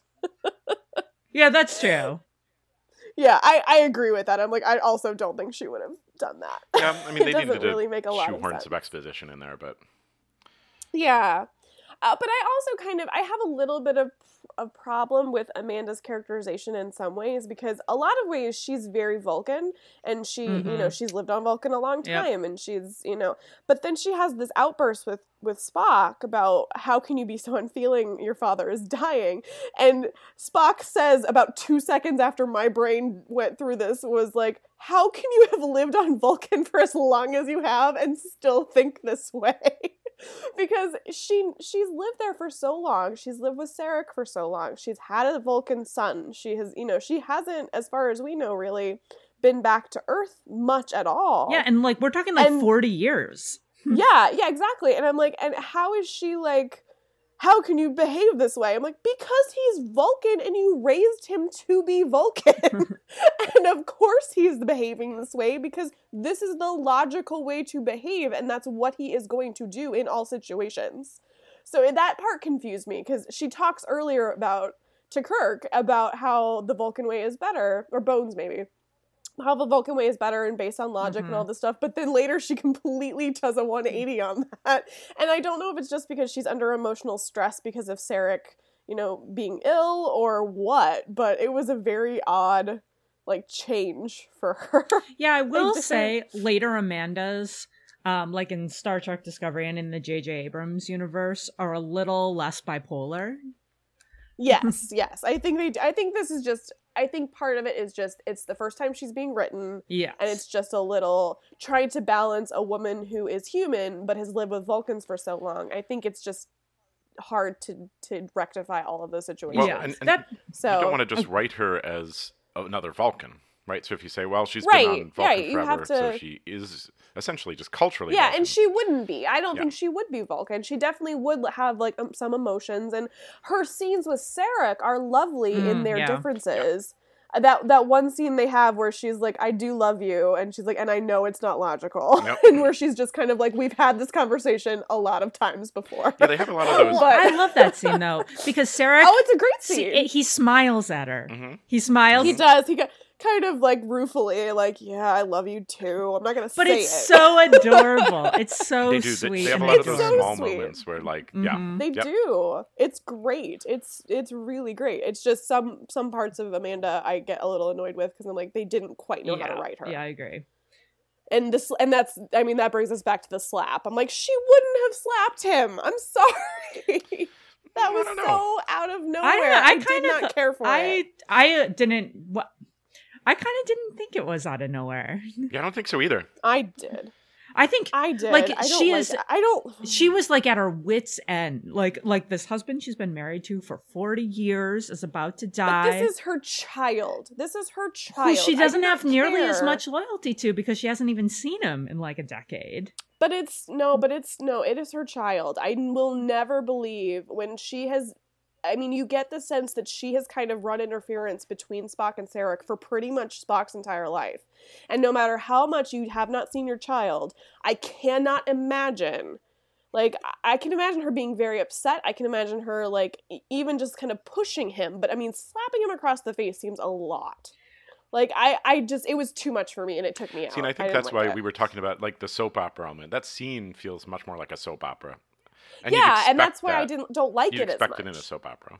Speaker 3: Yeah, that's true.
Speaker 2: Yeah, I, I agree with that. I'm like, I also don't think she would have done that.
Speaker 1: yeah, I mean, they
Speaker 2: it doesn't
Speaker 1: needed to
Speaker 2: really make a lot of
Speaker 1: shoehorn
Speaker 2: sense.
Speaker 1: some exposition in there, but
Speaker 2: Yeah. Uh, but I also kind of I have a little bit of a problem with Amanda's characterization in some ways because a lot of ways she's very Vulcan and she you know
Speaker 3: Mhm.
Speaker 2: she's lived on Vulcan a long
Speaker 3: Yep.
Speaker 2: time and she's you know but then she has this outburst with with Spock about how can you be so unfeeling your father is dying and Spock says about 2 seconds after my brain went through this was like how can you have lived on Vulcan for as long as you have and still think this way because she she's lived there for so long. She's lived with Sarek for so long. She's had a Vulcan son. She has, you know, she hasn't, as far as we know, really been back to Earth much at all.
Speaker 3: Yeah, and like we're talking like
Speaker 2: Oh. And-
Speaker 3: 40 years.
Speaker 2: yeah, yeah, exactly. And I'm like, and how is she like? How can you behave this way? I'm like, because he's Vulcan and you raised him to be Vulcan. and of course he's behaving this way because this is the logical way to behave and that's what he is going to do in all situations. So that part confused me because she talks earlier about to Kirk about how the Vulcan way is better, or Bones maybe, how the Vulcan way is better and based on logic and all this stuff. But then later she completely does a 180 on that. And I don't know if it's just because she's under emotional stress because of Sarek, you know, being ill or what, but it was a very odd, like, change for her.
Speaker 3: Yeah, I will
Speaker 2: just-
Speaker 3: say later Amanda's um like in Star Trek Discovery and in the JJ Abrams universe are a little less bipolar.
Speaker 2: yes, yes. I think they, I think this is just, I think part of it is just, it's the first time she's being written.
Speaker 3: Yeah.
Speaker 2: and it's just a little trying to balance a woman who is human but has lived with Vulcans for so long. I think it's just hard to to rectify all of those situations.
Speaker 1: Well,
Speaker 3: yeah.
Speaker 1: and- and-
Speaker 3: that
Speaker 2: so
Speaker 1: you don't want to just write her as another Vulcan, right? So if you say, "Well, she's
Speaker 2: Right,
Speaker 1: been on Vulcan
Speaker 2: right, you
Speaker 1: forever,"
Speaker 2: have
Speaker 1: so
Speaker 2: to-
Speaker 1: she is essentially just culturally.
Speaker 2: yeah,
Speaker 1: Vulcan.
Speaker 2: and she wouldn't be. I don't
Speaker 1: Yeah.
Speaker 2: think she would be Vulcan. She definitely would have like um, some emotions, and her scenes with Sarek are lovely
Speaker 3: Mm,
Speaker 2: in their
Speaker 3: yeah.
Speaker 2: differences. Uh, that that one scene they have where she's like i do love you and she's like and i know it's not logical
Speaker 1: Yep.
Speaker 2: and where she's just kind of like we've had this conversation a lot of times before
Speaker 1: Yeah, they have a lot of those.
Speaker 2: But-
Speaker 3: I love that scene though because Sarah
Speaker 2: oh it's a great
Speaker 3: see,
Speaker 2: scene
Speaker 3: he smiles at her.
Speaker 1: Mhm.
Speaker 3: He smiles,
Speaker 2: he does he got kind of like ruefully like yeah i love you too i'm not gonna
Speaker 3: but
Speaker 2: say
Speaker 3: it's
Speaker 2: it
Speaker 3: so adorable. It's so
Speaker 1: they do. They,
Speaker 3: sweet.
Speaker 1: they have a
Speaker 3: and
Speaker 1: lot of
Speaker 2: It's
Speaker 1: those
Speaker 2: so
Speaker 1: small
Speaker 3: adorable.
Speaker 2: sweet.
Speaker 1: moments where, like, yeah,
Speaker 3: Mhm.
Speaker 2: They
Speaker 1: Yep.
Speaker 2: do. It's great. It's it's really great. It's just some some parts of Amanda I get a little annoyed with because I'm like they didn't quite know
Speaker 3: yeah.
Speaker 2: how to write her.
Speaker 3: Yeah, I agree.
Speaker 2: And this and that's I mean that brings us back to the slap. I'm like she wouldn't have slapped him. I'm sorry. that
Speaker 1: I
Speaker 2: was
Speaker 1: don't know.
Speaker 2: so out of nowhere. I,
Speaker 3: I
Speaker 2: did
Speaker 3: kind of-
Speaker 2: not care for
Speaker 3: I
Speaker 2: it.
Speaker 3: I didn't. What, I kind of didn't think it was out of nowhere.
Speaker 1: yeah, I don't think so either.
Speaker 2: I did.
Speaker 3: I think
Speaker 2: I did.
Speaker 3: Like,
Speaker 2: I don't
Speaker 3: she
Speaker 2: like
Speaker 3: is-
Speaker 2: that. I don't.
Speaker 3: she was like at her wits end like like this husband she's been married to for 40 years is about to
Speaker 2: But
Speaker 3: die
Speaker 2: this is her child. This is her child.
Speaker 3: who she
Speaker 2: I
Speaker 3: doesn't
Speaker 2: do not
Speaker 3: have nearly as
Speaker 2: care.
Speaker 3: much loyalty to because she hasn't even seen him in like a decade
Speaker 2: But it's no, but it's no, it is her child. I n- will never believe when she has. I mean, you get the sense that she has kind of run interference between Spock and Sarek for pretty much Spock's entire life. And no matter how much you have not seen your child, I cannot imagine. Like, I- I can imagine her being very upset. I can imagine her, like, e- even just kind of pushing him. But I mean, slapping him across the face seems a lot. Like, I, I just, it was too much for me and it took me out.
Speaker 1: See, and I think
Speaker 2: didn't
Speaker 1: that's
Speaker 2: like
Speaker 1: why
Speaker 2: it.
Speaker 1: we were talking about like the soap opera element. That scene feels much more like a soap opera. you'd
Speaker 2: yeah,
Speaker 1: expect
Speaker 2: and that's why I
Speaker 1: that.
Speaker 2: didn't don't like
Speaker 1: You'd
Speaker 2: it as
Speaker 1: expect
Speaker 2: much.
Speaker 1: it in a soap opera.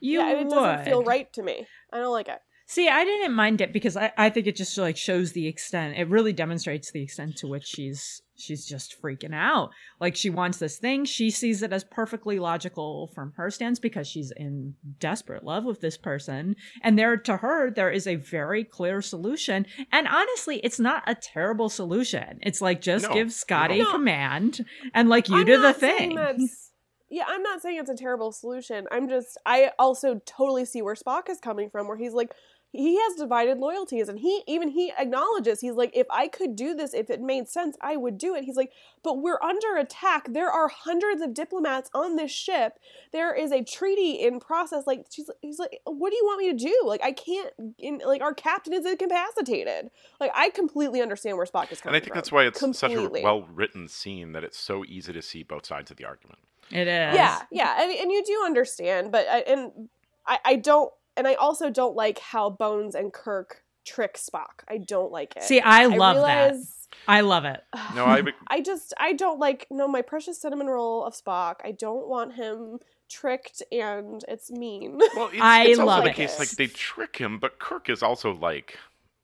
Speaker 3: you
Speaker 2: yeah, and it doesn't feel
Speaker 3: would.
Speaker 2: right to me. I don't like it.
Speaker 3: see i didn't mind it because i i think it just like shows the extent it really demonstrates the extent to which she's she's just freaking out like she wants this thing she sees it as perfectly logical from her stance because she's in desperate love with this person and there to her there is a very clear solution and honestly it's not a terrible solution it's like just
Speaker 1: No,
Speaker 3: give scotty
Speaker 2: no.
Speaker 3: command and like you
Speaker 2: I'm
Speaker 3: do the
Speaker 2: not saying
Speaker 3: thing
Speaker 2: that's- yeah, I'm not saying it's a terrible solution. I'm just I also totally see where Spock is coming from, where he's like he has divided loyalties and he even he acknowledges he's like if I could do this if it made sense I would do it. He's like but we're under attack. There are hundreds of diplomats on this ship. There is a treaty in process like she's he's like what do you want me to do? Like I can't in, like our captain is incapacitated. Like I completely understand where Spock is coming from.
Speaker 1: And I think that's why it's such
Speaker 2: Completely.
Speaker 1: a well-written scene that it's so easy to see both sides of the argument.
Speaker 3: it is
Speaker 2: yeah yeah and, and you do understand but I, and I, I don't and i also don't like how bones and kirk trick spock i don't like it
Speaker 3: see i love that
Speaker 2: realize,
Speaker 3: i love it
Speaker 1: No, I would-
Speaker 2: i just i don't like no my precious cinnamon roll of spock i don't want him tricked and it's mean
Speaker 1: well, it's,
Speaker 3: I
Speaker 1: it's
Speaker 2: love
Speaker 1: also the
Speaker 2: it.
Speaker 1: case like they trick him, but Kirk is also like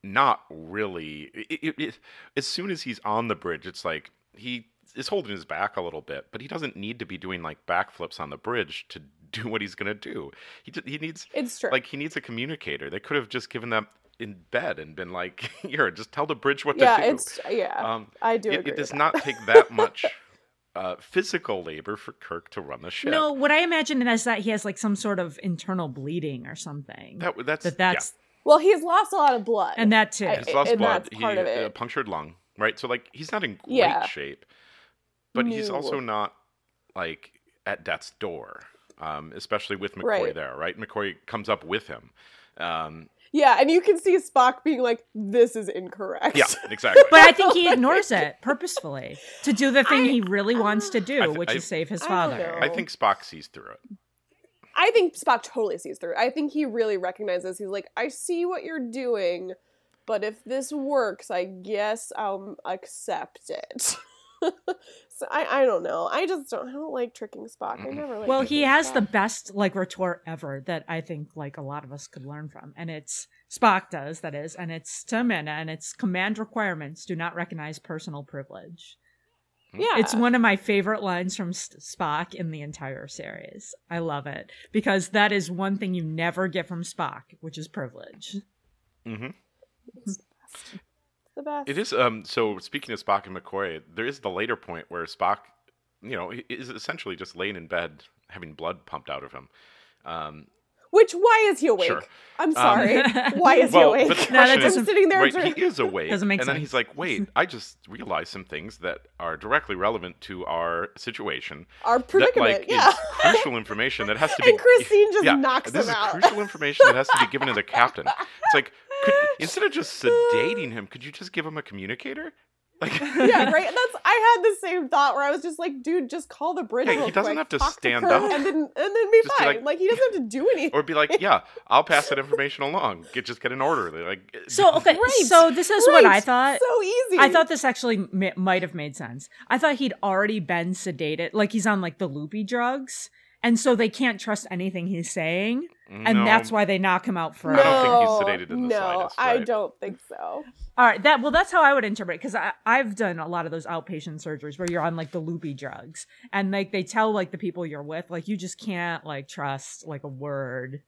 Speaker 1: not really. It, it, it, as soon as he's on the bridge, it's like he is holding his back a little bit, but he doesn't need to be doing like backflips on the bridge to do what he's gonna do. He ju- he needs
Speaker 2: it's true
Speaker 1: like he needs a communicator. They could have just given them in bed and been like, "Here, just tell the bridge what
Speaker 2: yeah
Speaker 1: to do."
Speaker 2: it's yeah
Speaker 1: um,
Speaker 2: i do
Speaker 1: it,
Speaker 2: agree
Speaker 1: it does
Speaker 2: with
Speaker 1: not take that much uh, physical labor for Kirk to run the ship.
Speaker 3: No, what I imagine is that he has like some sort of internal bleeding or something.
Speaker 1: that that's
Speaker 3: That that's
Speaker 2: that. well he's lost a lot of blood
Speaker 3: and that too.
Speaker 1: yeah.
Speaker 2: I-
Speaker 1: he's lost
Speaker 2: and
Speaker 1: blood.
Speaker 2: that's
Speaker 1: He
Speaker 2: part of
Speaker 1: uh,
Speaker 2: it.
Speaker 1: punctured lung, right? So like he's not in great
Speaker 2: Yeah.
Speaker 1: shape, but he's
Speaker 2: No.
Speaker 1: also not like at death's door, um, especially with McCoy
Speaker 2: Right.
Speaker 1: there, right? McCoy comes up with him. Um,
Speaker 2: yeah and you can see spock being like this is incorrect
Speaker 1: yeah, exactly.
Speaker 3: but I think he ignores it purposefully to do the thing
Speaker 2: I-
Speaker 3: he really wants to do,
Speaker 1: I th-
Speaker 3: which
Speaker 1: I-
Speaker 3: is save his
Speaker 2: I don't
Speaker 3: father.
Speaker 1: I think Spock sees through it.
Speaker 2: I think Spock totally sees through. it. I think he really recognizes. He's like, I see what you're doing, but if this works, I guess I'll accept it. so I, I don't know. I just don't. I don't like tricking Spock. I
Speaker 1: Mm-mm.
Speaker 2: never like.
Speaker 3: Well, he
Speaker 2: tricking
Speaker 3: has the
Speaker 2: Spock.
Speaker 3: best like retort ever that I think like a lot of us could learn from, and it's Spock does that is, and it's to Amanda, and it's command requirements do not recognize personal privilege.
Speaker 2: Yeah,
Speaker 3: It's one of my favorite lines from S- Spock in the entire series. I love it because that is one thing you never get from Spock, which is privilege.
Speaker 1: Mm-hmm.
Speaker 2: the best.
Speaker 1: It is. Um. So speaking of Spock and McCoy, there is the later point where Spock, you know, i- is essentially just laying in bed having blood pumped out of him. Um.
Speaker 2: Which why is he awake?
Speaker 1: Sure. Um,
Speaker 2: I'm sorry. why is
Speaker 1: well,
Speaker 2: he
Speaker 1: but the
Speaker 2: awake?
Speaker 3: No, that
Speaker 1: question is,
Speaker 2: I'm sitting there
Speaker 1: right,
Speaker 2: drinking-
Speaker 1: he is awake.
Speaker 3: Doesn't make
Speaker 1: and then
Speaker 3: sense.
Speaker 1: he's like, wait, I just realized some things that are directly relevant to our situation.
Speaker 2: Our
Speaker 1: that,
Speaker 2: predicament.
Speaker 1: like,
Speaker 2: yeah.
Speaker 1: is crucial information that has to be.
Speaker 2: And Christine just
Speaker 1: yeah,
Speaker 2: knocks
Speaker 1: this
Speaker 2: him
Speaker 1: is
Speaker 2: out.
Speaker 1: crucial information that has to be given to the captain. It's like could, instead of just sedating him, could you just give him a communicator? Like,
Speaker 2: yeah, right. That's I had the same thought where I was just like, dude, just call the bridge.
Speaker 1: Yeah, he
Speaker 2: real
Speaker 1: doesn't
Speaker 2: quick,
Speaker 1: have to
Speaker 2: talk
Speaker 1: stand
Speaker 2: Kirk,
Speaker 1: up.
Speaker 2: and then and then be
Speaker 1: Just be
Speaker 2: fine.
Speaker 1: like-
Speaker 2: Like, he doesn't have to do anything.
Speaker 1: or be like, yeah, I'll pass that information along. Get, just get an order. They're like, "Eh,
Speaker 3: So okay,
Speaker 2: Right,
Speaker 3: so this is what
Speaker 2: Right,
Speaker 3: I thought.
Speaker 2: So easy.
Speaker 3: I thought this actually m- might have made sense. I thought he'd already been sedated, like he's on like the loopy drugs, and so they can't trust anything he's saying, and
Speaker 1: no.
Speaker 3: that's why they knock him out for.
Speaker 1: I don't think he's
Speaker 2: No,
Speaker 1: sedated in the
Speaker 2: no,
Speaker 1: slightest,
Speaker 2: I
Speaker 1: right?
Speaker 2: don't think so.
Speaker 3: All right, that well, that's how I would interpret because I've done a lot of those outpatient surgeries where you're on like the loopy drugs, and like they tell like the people you're with, like you just can't like trust like a word,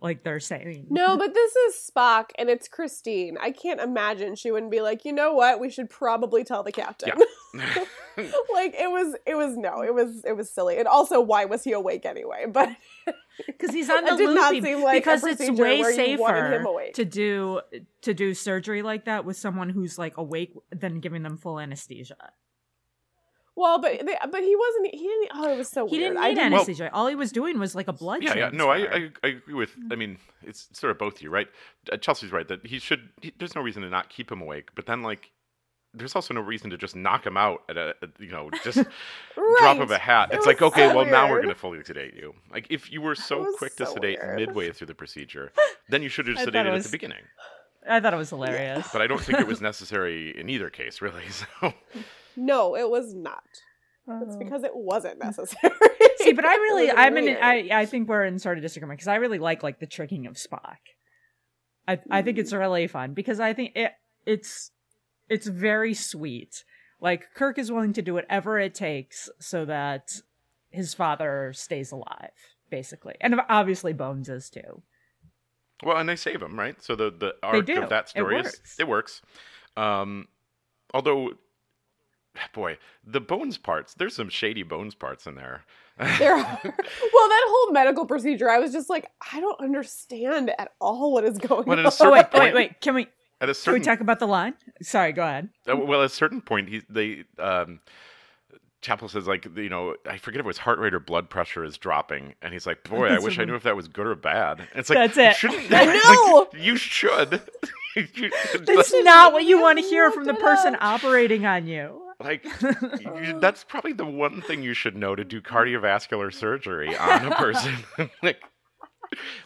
Speaker 3: like they're saying.
Speaker 2: No, but this is Spock and it's Christine. I can't imagine she wouldn't be like, you know what? We should probably tell the captain. like it was, it was no, it was, it was silly. And also, why was he awake anyway? But
Speaker 3: because he's on
Speaker 2: It
Speaker 3: the
Speaker 2: did not
Speaker 3: loopy
Speaker 2: seem like a
Speaker 3: because it's
Speaker 2: procedure
Speaker 3: way
Speaker 2: where you wanted
Speaker 3: safer
Speaker 2: him awake.
Speaker 3: to do to do surgery like that with someone who's like awake than giving them full anesthesia.
Speaker 2: well, but they, but he wasn't. He didn't. Oh, it was so
Speaker 3: He
Speaker 2: weird.
Speaker 3: didn't
Speaker 2: I
Speaker 3: need
Speaker 2: didn't-
Speaker 1: Well-
Speaker 3: anesthesia. All he was doing was like a blood.
Speaker 1: yeah, yeah.
Speaker 3: transfer.
Speaker 1: No, I, I, I agree with. I mean, it's sort of both of you, right? Uh, Chelsea's right that he should. He, there's no reason to not keep him awake, but then like. There's also no reason to just knock him out at a, at, you know, just drop of a
Speaker 2: Right.
Speaker 1: hat.
Speaker 2: It
Speaker 1: it's like,
Speaker 2: was
Speaker 1: okay,
Speaker 2: so
Speaker 1: well, now we're
Speaker 2: weird.
Speaker 1: going to fully sedate you. Like, if you were so
Speaker 2: was
Speaker 1: quick to
Speaker 2: so
Speaker 1: sedate
Speaker 2: weird.
Speaker 1: midway through the procedure, then you should have
Speaker 3: I thought
Speaker 1: sedated
Speaker 3: it
Speaker 1: at the
Speaker 3: was-
Speaker 1: beginning.
Speaker 3: I thought it was hilarious.
Speaker 1: But I don't think it was necessary in either case, really. So,
Speaker 2: No, it was not. It's because it wasn't necessary.
Speaker 3: Oh. Mm. See, but I
Speaker 2: It
Speaker 3: really,
Speaker 2: was
Speaker 3: I'm in.
Speaker 2: weird.
Speaker 3: I, I think we're in sort of disagreement because I really like like the tricking of Spock. I, I think
Speaker 2: Hmm.
Speaker 3: it's really fun because I think it, it's, it's very sweet. Like Kirk is willing to do whatever it takes so that his father stays alive, basically, and obviously Bones is too.
Speaker 1: well, and they save him, right? So the the arc
Speaker 3: do.
Speaker 1: of that
Speaker 3: It
Speaker 1: story is
Speaker 3: works.
Speaker 1: it works. Um, although, boy, the bones parts. There's some shady bones parts in there.
Speaker 2: There are. well, that whole medical procedure, I was just like, I don't understand at all what is going
Speaker 1: Well,
Speaker 2: on.
Speaker 1: at a
Speaker 3: Oh
Speaker 1: certain
Speaker 3: wait,
Speaker 1: point,
Speaker 3: wait, wait! Can we
Speaker 1: at a
Speaker 3: can we
Speaker 1: certain
Speaker 3: talk about the line? Sorry, go ahead.
Speaker 1: Uh, well, at a certain point, he they um, Chapel says like you know I forget if it was heart rate or blood pressure is dropping, and he's like, boy, I
Speaker 3: That's
Speaker 1: wish I
Speaker 3: what-
Speaker 1: knew if that was good or bad. And it's like
Speaker 3: That's
Speaker 1: you
Speaker 3: it.
Speaker 1: Shouldn't,
Speaker 2: I know!
Speaker 1: like, you should. you,
Speaker 3: That's
Speaker 2: shouldn't
Speaker 3: not what you
Speaker 2: even
Speaker 3: want to hear
Speaker 2: look
Speaker 3: from the
Speaker 2: it
Speaker 3: person
Speaker 2: up.
Speaker 3: operating on you.
Speaker 1: like you, that's probably the one thing you should know to do cardiovascular surgery on a person. like,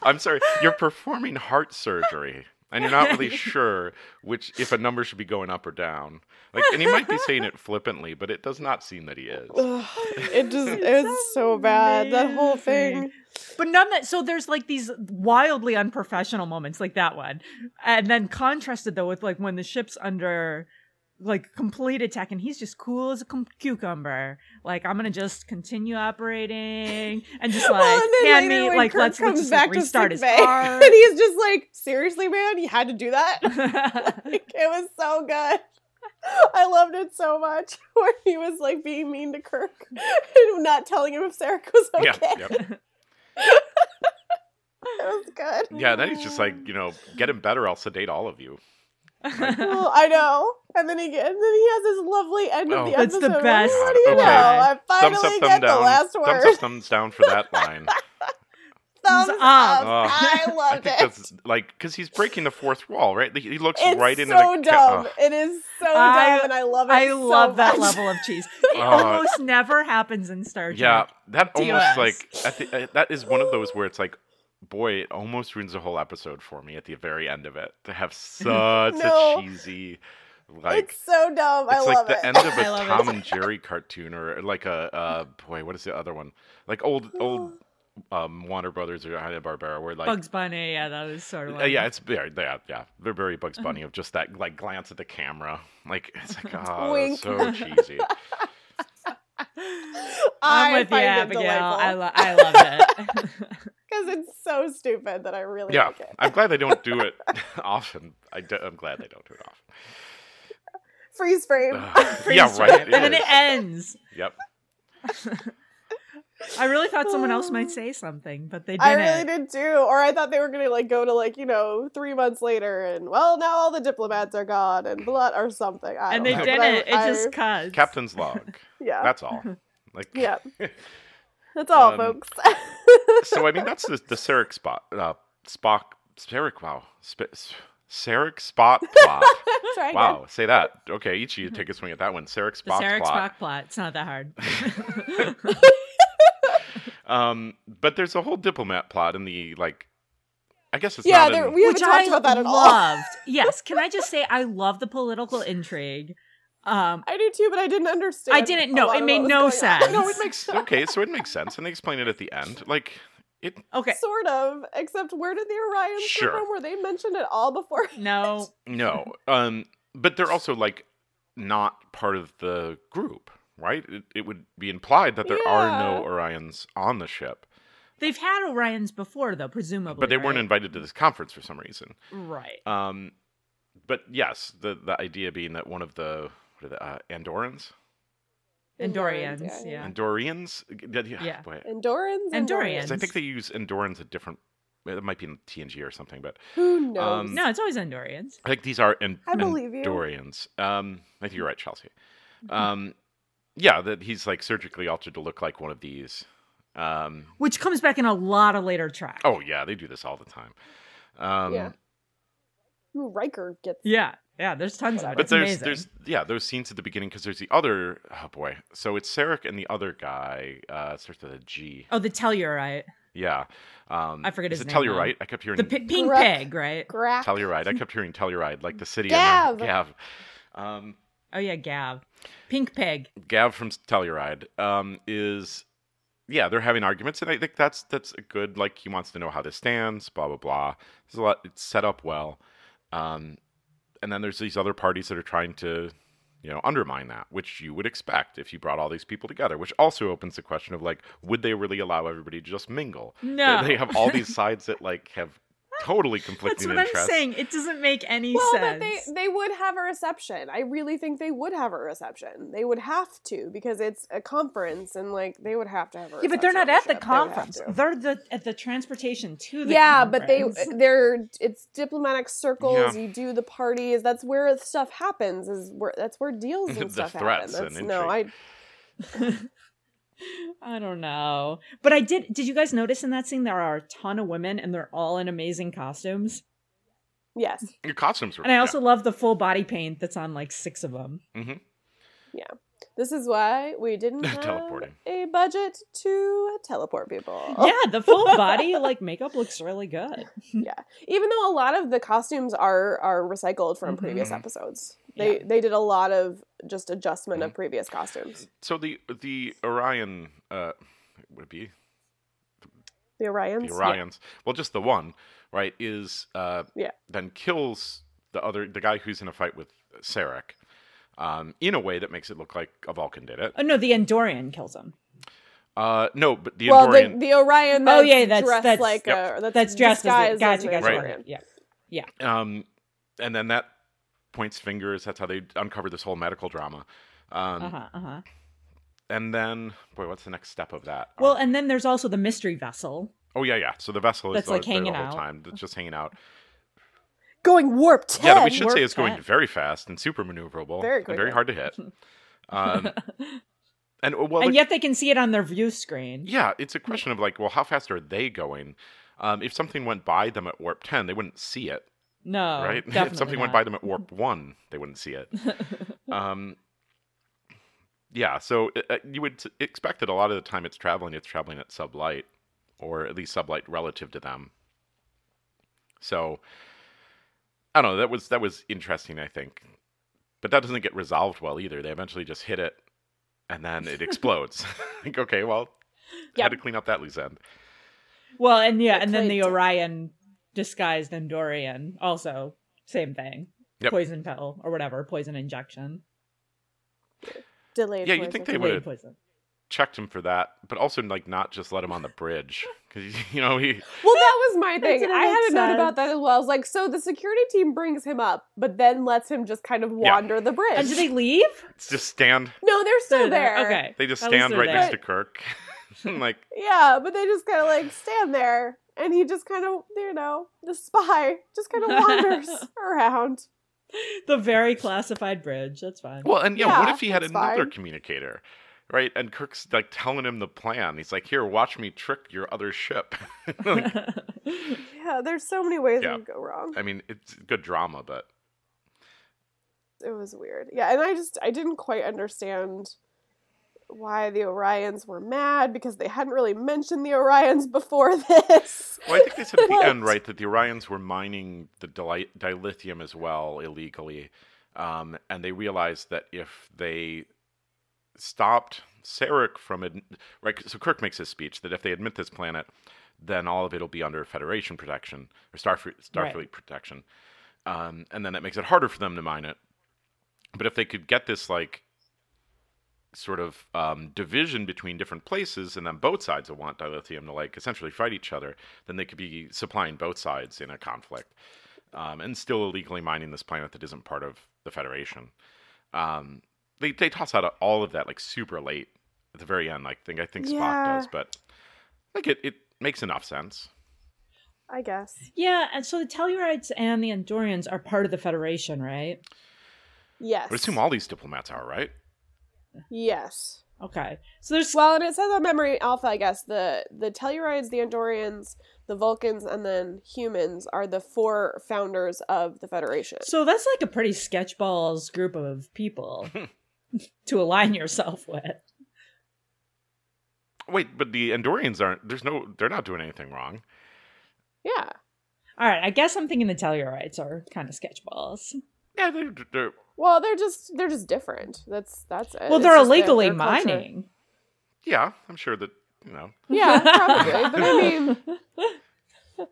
Speaker 1: I'm sorry, you're performing heart surgery. And you're not really sure which if a number should be going up or down. Like, and he might be saying it flippantly, but it does not seem that he is.
Speaker 2: Ugh, it just
Speaker 3: It's
Speaker 2: it's so bad that whole
Speaker 3: amazing.
Speaker 2: thing
Speaker 3: But none that so there's like these wildly unprofessional moments like that one. And then contrasted though with like when the ship's under like complete attack and he's just cool as a cum- cucumber. Like I'm gonna just continue operating and just like
Speaker 2: well, and then
Speaker 3: hand
Speaker 2: later
Speaker 3: me
Speaker 2: when
Speaker 3: like
Speaker 2: Kirk
Speaker 3: let's,
Speaker 2: comes
Speaker 3: let's just like,
Speaker 2: back
Speaker 3: restart
Speaker 2: to
Speaker 3: his
Speaker 2: sick bay,
Speaker 3: car.
Speaker 2: and he's just like seriously man you had to do that it was so good i loved it so much where he was like being mean to kirk and not telling him if sarah was okay
Speaker 1: Yeah, yeah.
Speaker 2: it was good
Speaker 1: Yeah, then he's just like, you know, get him better, I'll sedate all of you.
Speaker 2: well, i know and then he gets and then he has this lovely end of
Speaker 1: Oh.
Speaker 2: the
Speaker 3: That's the
Speaker 2: episode where,
Speaker 3: best.
Speaker 2: what do you
Speaker 1: Okay.
Speaker 2: know i
Speaker 1: Thumbs
Speaker 2: finally
Speaker 1: up, thumb
Speaker 2: get the
Speaker 1: down.
Speaker 2: last
Speaker 1: Thumbs
Speaker 2: word
Speaker 1: up, thumbs down for that line.
Speaker 2: thumbs,
Speaker 3: Thumbs
Speaker 2: up,
Speaker 3: up.
Speaker 1: Oh.
Speaker 2: i
Speaker 1: I
Speaker 2: loved
Speaker 1: think
Speaker 2: it
Speaker 1: that's like because he's breaking the fourth wall, right? He he looks
Speaker 2: It's
Speaker 1: right
Speaker 2: so
Speaker 1: into the ca- uh,
Speaker 2: dumb. It is so
Speaker 3: I-
Speaker 2: dumb, and I love it.
Speaker 3: I
Speaker 2: so
Speaker 3: love that
Speaker 2: much.
Speaker 3: level of cheese. It
Speaker 1: Oh.
Speaker 3: almost never happens in Star
Speaker 1: Ugh.
Speaker 3: Trek.
Speaker 1: yeah, that almost
Speaker 3: DOS.
Speaker 1: like at the, uh, that is one of those where it's like, boy, it almost ruins the whole episode for me at the very end of it to have such
Speaker 2: No.
Speaker 1: a cheesy, like
Speaker 2: it's so dumb. I
Speaker 1: it's
Speaker 2: love
Speaker 1: like the
Speaker 2: it.
Speaker 1: end of a
Speaker 3: I love it.
Speaker 1: Tom and Jerry cartoon, or like a uh, boy, what is the other one? Like old old um, Warner Brothers or Hanna Barbera, where like
Speaker 3: Bugs Bunny, yeah, that was sort of
Speaker 1: Uh, yeah, it's yeah, yeah, yeah. They're very Bugs
Speaker 2: Mm-hmm.
Speaker 1: Bunny of just that like glance at the camera, like it's like oh, that's
Speaker 2: Wink.
Speaker 1: so cheesy.
Speaker 3: I'm
Speaker 2: I
Speaker 3: with you,
Speaker 2: find it
Speaker 3: Abigail. I,
Speaker 2: delightful
Speaker 3: lo- I loved it.
Speaker 2: because it's so stupid that I really
Speaker 1: yeah,
Speaker 2: like it.
Speaker 1: I'm glad they don't do it often. I do, I'm glad they don't do it often.
Speaker 2: Freeze frame.
Speaker 1: Ugh. yeah,
Speaker 3: Freeze
Speaker 1: right.
Speaker 3: frame. And then
Speaker 1: is.
Speaker 3: it ends.
Speaker 1: Yep.
Speaker 3: I really thought someone else might say something, but they didn't.
Speaker 2: I really did too. Or I thought they were gonna like go to like you know three months later and well now all the diplomats are gone and blood or something. I
Speaker 3: and
Speaker 2: don't
Speaker 3: they
Speaker 2: know,
Speaker 1: but
Speaker 3: didn't.
Speaker 2: But I- I-
Speaker 3: it just cuts.
Speaker 1: Captain's log.
Speaker 2: yeah
Speaker 1: That's all. Like
Speaker 2: yeah. That's all,
Speaker 1: Um,
Speaker 2: folks.
Speaker 1: so I mean that's the the Sarek spot uh, Spock Sarek wow Sp- S- Sarek spot plot
Speaker 2: Try again.
Speaker 1: wow say that okay Ichi take a swing at that one Sarek
Speaker 3: the
Speaker 1: spot
Speaker 3: Sarek
Speaker 1: plot
Speaker 3: Spock plot. It's not that hard.
Speaker 1: um but there's a whole diplomat plot in the like I guess it's
Speaker 2: Yeah,
Speaker 1: not
Speaker 2: there,
Speaker 1: in,
Speaker 2: we haven't talked about that at all.
Speaker 3: loved. yes, can I just say I love the political intrigue. Um,
Speaker 2: I do too, but I didn't understand.
Speaker 3: I didn't
Speaker 2: a
Speaker 3: know.
Speaker 2: lot
Speaker 3: It
Speaker 2: of
Speaker 3: made
Speaker 2: what was
Speaker 3: no
Speaker 2: going on.
Speaker 3: sense.
Speaker 1: no it makes okay so it makes sense and they explain it at the end like it
Speaker 3: okay,
Speaker 2: Sort of, except where did the Orions
Speaker 1: Sure.
Speaker 2: come from? Were they mentioned at all before?
Speaker 3: no,
Speaker 1: No. Um but they're also like not part of the group, right? It, it would be implied that there are no
Speaker 2: Yeah.
Speaker 1: Orions on the ship,
Speaker 3: they've had Orions before though, presumably.
Speaker 1: but they weren't
Speaker 3: right?
Speaker 1: invited to this conference for some reason.
Speaker 3: Right.
Speaker 1: Um but yes, the the idea being that one of the what are the uh, Andorans?
Speaker 3: Andorians,
Speaker 2: Andorians, yeah,
Speaker 3: yeah.
Speaker 1: Andorians? Yeah.
Speaker 3: Yeah.
Speaker 1: boy.
Speaker 2: Andorans,
Speaker 3: Andorians.
Speaker 1: 'Cause I think they use Andorans a different it might be in TNG or something, but
Speaker 2: Who knows?
Speaker 1: Um,
Speaker 3: No, it's always Andorians.
Speaker 1: I think these are and
Speaker 2: I believe you.
Speaker 1: Dorians. Um, I think you're right, Chelsea.
Speaker 3: Mm-hmm.
Speaker 1: Um, yeah, that he's like surgically altered to look like one of these. Um,
Speaker 3: Which comes back in a lot of later tracks.
Speaker 1: oh yeah, they do this all the time. Um,
Speaker 2: Yeah. Who Riker gets?
Speaker 3: Yeah. Yeah, there's tons of it.
Speaker 1: but
Speaker 3: it's
Speaker 1: there's
Speaker 3: amazing.
Speaker 1: there's yeah those scenes at the beginning because there's the other oh boy so it's Sarek and the other guy uh, it starts with a G
Speaker 3: Oh, the Tellurite.
Speaker 1: yeah um,
Speaker 3: I forget
Speaker 1: is
Speaker 3: his
Speaker 1: it
Speaker 3: name now.
Speaker 1: Tellurite I kept hearing
Speaker 3: The p- pink
Speaker 2: Grek.
Speaker 3: pig, right?
Speaker 2: Grack.
Speaker 1: Telluride I kept hearing Telluride like the city and the- Gav um,
Speaker 3: Oh yeah, Gav. Pink pig.
Speaker 1: Gav from Telluride um, is, yeah, they're having arguments, and I think that's that's a good like he wants to know how this stands, blah blah blah. There's a lot. It's set up well, um, and then there's these other parties that are trying to, you know, undermine that, which you would expect if you brought all these people together. Which also opens the question of like, would they really allow everybody to just mingle?
Speaker 3: No.
Speaker 1: They- They have all these sides that like have totally conflicting
Speaker 3: That's what
Speaker 1: interests.
Speaker 3: I'm saying. It doesn't make any
Speaker 2: well,
Speaker 3: sense.
Speaker 2: but they they would have a reception. I really think they would have a reception. They would have to because it's a conference, and like they would have to have a.
Speaker 3: yeah,
Speaker 2: Reception
Speaker 3: but they're not at the
Speaker 2: They would have
Speaker 3: conference.
Speaker 2: to.
Speaker 3: They're the at the transportation to the
Speaker 2: yeah,
Speaker 3: conference.
Speaker 2: but they they're it's diplomatic circles.
Speaker 1: Yeah.
Speaker 2: You do the parties. That's where stuff happens. Is where that's where deals
Speaker 1: The
Speaker 2: and stuff happen.
Speaker 1: threats
Speaker 2: That's,
Speaker 1: and
Speaker 2: no, I
Speaker 1: intrigue.
Speaker 3: I don't know. But I did did you guys notice in that scene there are a ton of women and they're all in amazing costumes?
Speaker 2: yes,
Speaker 1: Your costumes were.
Speaker 3: And I also love the full body paint that's on like six of them.
Speaker 1: yeah. Mhm.
Speaker 2: this is why we didn't have
Speaker 1: Teleporting.
Speaker 2: a budget to teleport people.
Speaker 3: Yeah, the full body like makeup looks really good.
Speaker 2: even though a lot of the costumes are are recycled from
Speaker 3: Mhm.
Speaker 1: Mm-hmm,
Speaker 2: previous episodes they
Speaker 3: Yeah.
Speaker 2: they did a lot of just adjustment
Speaker 1: Mhm.
Speaker 2: of previous costumes
Speaker 1: So the the Orion uh, would it be
Speaker 2: the orions
Speaker 1: the Orions. Well, just the one, right? Is uh,
Speaker 2: Yeah.
Speaker 1: Then kills the other, the guy who's in a fight with Sarek, um, in a way that makes it look like a Vulcan did it.
Speaker 3: Oh no, the Andorian kills him.
Speaker 1: Uh, no, but the
Speaker 2: well
Speaker 1: Andorian,
Speaker 2: the, the orion
Speaker 3: Oh,
Speaker 2: that's
Speaker 3: yeah, that's-
Speaker 2: dressed
Speaker 3: that's-
Speaker 2: like
Speaker 1: Yep.
Speaker 2: a that's,
Speaker 3: That's dressed as a,
Speaker 2: disguised
Speaker 3: gotcha,
Speaker 2: an
Speaker 3: gotcha.
Speaker 1: Right.
Speaker 2: Andorian.
Speaker 3: Yeah.
Speaker 1: um, and then that points fingers. That's how they uncover this whole medical drama. Um,
Speaker 3: Uh-huh. Uh-huh.
Speaker 1: And then, boy, what's the next step of that?
Speaker 3: Well,
Speaker 1: Um,
Speaker 3: and then there's also the mystery vessel.
Speaker 1: oh yeah, yeah. So the vessel is
Speaker 3: That's,
Speaker 1: the,
Speaker 3: like,
Speaker 1: there
Speaker 3: hanging
Speaker 1: the whole
Speaker 3: out.
Speaker 1: time, it's just hanging out.
Speaker 2: going warp 10
Speaker 1: Yeah, that we should say
Speaker 3: warp
Speaker 1: is going
Speaker 3: 10.
Speaker 1: very fast and super maneuverable,
Speaker 2: Very
Speaker 1: and very
Speaker 2: quickly.
Speaker 1: hard to hit. Um, and well,
Speaker 3: and
Speaker 1: the-
Speaker 3: yet they can see it on their view screen.
Speaker 1: Yeah, it's a question of like, well, how fast are they going? Um, if something went by them at warp ten, they wouldn't see it,
Speaker 3: No.
Speaker 1: right?
Speaker 3: Oh, Definitely
Speaker 1: if something went by
Speaker 3: not.
Speaker 1: them at warp one, they wouldn't see it. um, yeah, so uh, you would t- expect that a lot of the time it's traveling, it's traveling at sublight, or at least sublight relative to them. So I don't know. That was that was interesting, I think, but that doesn't get resolved well either. They eventually just hit it, and then it explodes. like, okay, well,
Speaker 2: Yeah.
Speaker 1: had to clean up that loose end.
Speaker 3: Well, and yeah,
Speaker 2: It
Speaker 3: and then the
Speaker 2: could.
Speaker 3: Orion disguised Andorian also same thing.
Speaker 1: Yep.
Speaker 3: Poison pill or whatever, poison injection.
Speaker 2: delayed
Speaker 1: Yeah, you
Speaker 2: poison.
Speaker 1: think they It would-
Speaker 3: Delayed
Speaker 1: would've-
Speaker 3: poison.
Speaker 1: checked him for that, but also like not just let him on the bridge because you know he
Speaker 2: well that was my thing
Speaker 3: didn't
Speaker 2: i had
Speaker 3: make
Speaker 2: a note
Speaker 3: sense.
Speaker 2: about that as well i was like so the security team brings him up but then lets him just kind of
Speaker 1: Yeah.
Speaker 2: wander the bridge
Speaker 3: And do they leave?
Speaker 1: just stand.
Speaker 2: no they're still
Speaker 3: They're
Speaker 2: there
Speaker 3: Okay.
Speaker 1: They just
Speaker 3: At least
Speaker 1: stand
Speaker 3: they're
Speaker 1: right next to
Speaker 3: there.
Speaker 1: Kirk. like
Speaker 2: Yeah, but they just kind of like stand there, and he just kind of, you know, the spy just kind of wanders around.
Speaker 3: the very classified bridge. That's fine.
Speaker 1: Well, and yeah, what
Speaker 2: Yeah,
Speaker 1: if he had
Speaker 2: that's
Speaker 1: another
Speaker 2: fine.
Speaker 1: communicator, right? And Kirk's like telling him the plan. He's like, "Here, watch me trick your other ship." Like,
Speaker 2: Yeah, there's so many ways
Speaker 1: Yeah.
Speaker 2: it could go wrong.
Speaker 1: I mean, it's good drama, but
Speaker 2: It was weird. Yeah, and I just I didn't quite understand why the Orions were mad because they hadn't really mentioned the Orions before this.
Speaker 1: well, I think they said at the
Speaker 2: What?
Speaker 1: end, right, that the Orions were mining the dili- dilithium as well illegally, um, and they realized that if they stopped Sarek from ad- right, so Kirk makes his speech that if they admit this planet, then all of it'll be under Federation protection or Starfleet, Starfleet protection, um, and then that makes it harder for them to mine it. But if they could get this like sort of um, division between different places, and then both sides will want dilithium to like essentially fight each other, then they could be supplying both sides in a conflict, um, and still illegally mining this planet that isn't part of the Federation. Um, they they toss out all of that like super late at the very end. Like think I think Spock
Speaker 2: Yeah.
Speaker 1: does, but like it it makes enough sense.
Speaker 2: I guess.
Speaker 3: yeah, and so the Tellurites and the Andorians are part of the Federation, right?
Speaker 2: Yes.
Speaker 1: I would assume all these diplomats are right.
Speaker 2: Yes.
Speaker 3: Okay, so there's
Speaker 2: Well, and it says on Memory Alpha, I guess the the Tellurides, the Andorians, the Vulcans, and then humans are the four founders of the Federation.
Speaker 3: so that's like a pretty sketchballs group of people to align yourself with.
Speaker 1: Wait, but the Andorians aren't. There's no. They're not doing anything wrong.
Speaker 2: Yeah,
Speaker 3: All right, I guess I'm thinking the Tellurites are kind of sketchballs.
Speaker 1: Yeah, they're, they're
Speaker 2: well, they're just they're just different. That's that's it.
Speaker 3: Well,
Speaker 2: It's
Speaker 3: they're
Speaker 2: just their-
Speaker 3: illegally
Speaker 2: Uh, their culture.
Speaker 3: mining.
Speaker 1: yeah. I'm sure that you know.
Speaker 2: Yeah, probably. but I mean,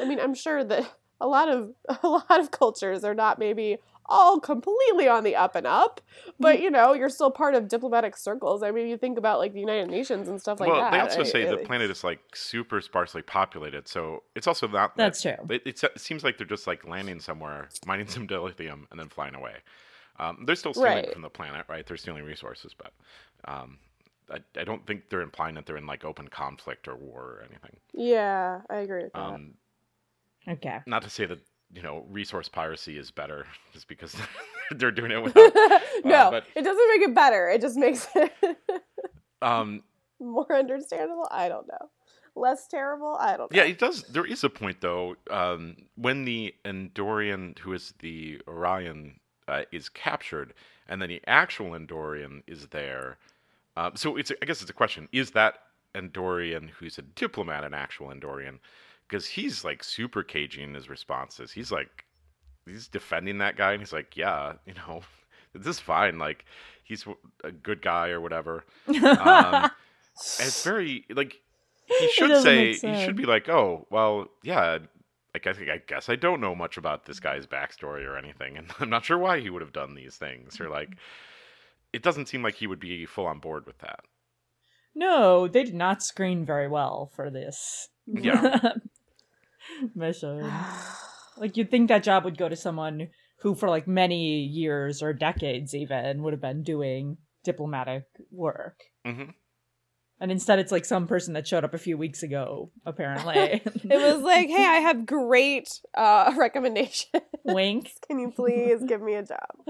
Speaker 2: I mean, I'm sure that a lot of a lot of cultures are not maybe all completely on the up and up,
Speaker 1: Mm.
Speaker 2: but you know, you're still part of diplomatic circles. I mean, you think about like the United Nations and stuff like
Speaker 1: well,
Speaker 2: that.
Speaker 1: they also
Speaker 2: I-
Speaker 1: say the
Speaker 2: it's-
Speaker 1: planet is like super sparsely populated, so it's also not.
Speaker 3: That's true.
Speaker 1: It, it, it seems like they're just like landing somewhere, mining some dilithium, and then flying away. Um, they're still stealing
Speaker 2: Right.
Speaker 1: from the planet, right? They're stealing resources, but um, I, I don't think they're implying that they're in like open conflict or war or anything.
Speaker 2: Yeah, I agree with that.
Speaker 1: Um,
Speaker 3: Okay.
Speaker 1: not to say that you know resource piracy is better just because they're doing it without.
Speaker 2: no,
Speaker 1: oh, uh, but-
Speaker 2: it doesn't make it better. It just makes it
Speaker 1: Um,
Speaker 2: more understandable. I don't know. Less terrible. I don't know.
Speaker 1: Yeah, it does. There is a point though um, when the Endorian, who is the Orion, uh, is captured, and then the actual Endorian is there. Uh, so it's I guess it's a question: Is that Endorian, who's a diplomat, an actual Endorian? Because he's like super cagey in his responses. He's like, he's defending that guy, and he's like, yeah, you know, this is fine. Like, he's a good guy or whatever. Um, and it's very like he should
Speaker 3: doesn't
Speaker 1: say
Speaker 3: make
Speaker 1: he should
Speaker 3: sense.
Speaker 1: be like, oh well, yeah. Like I think I guess I don't know much about this guy's backstory or anything, and I'm not sure why he would have done these things. Or like, it doesn't seem like he would be full on board with that.
Speaker 3: No, they did not screen very well for this
Speaker 1: Yeah,
Speaker 3: mission. Like you'd think that job would go to someone who for like many years or decades even would have been doing diplomatic work.
Speaker 1: hmm
Speaker 3: And instead it's like some person that showed up a few weeks ago, apparently.
Speaker 2: It was like, hey, I have great uh, recommendations.
Speaker 3: wink.
Speaker 2: Can you please give me a job?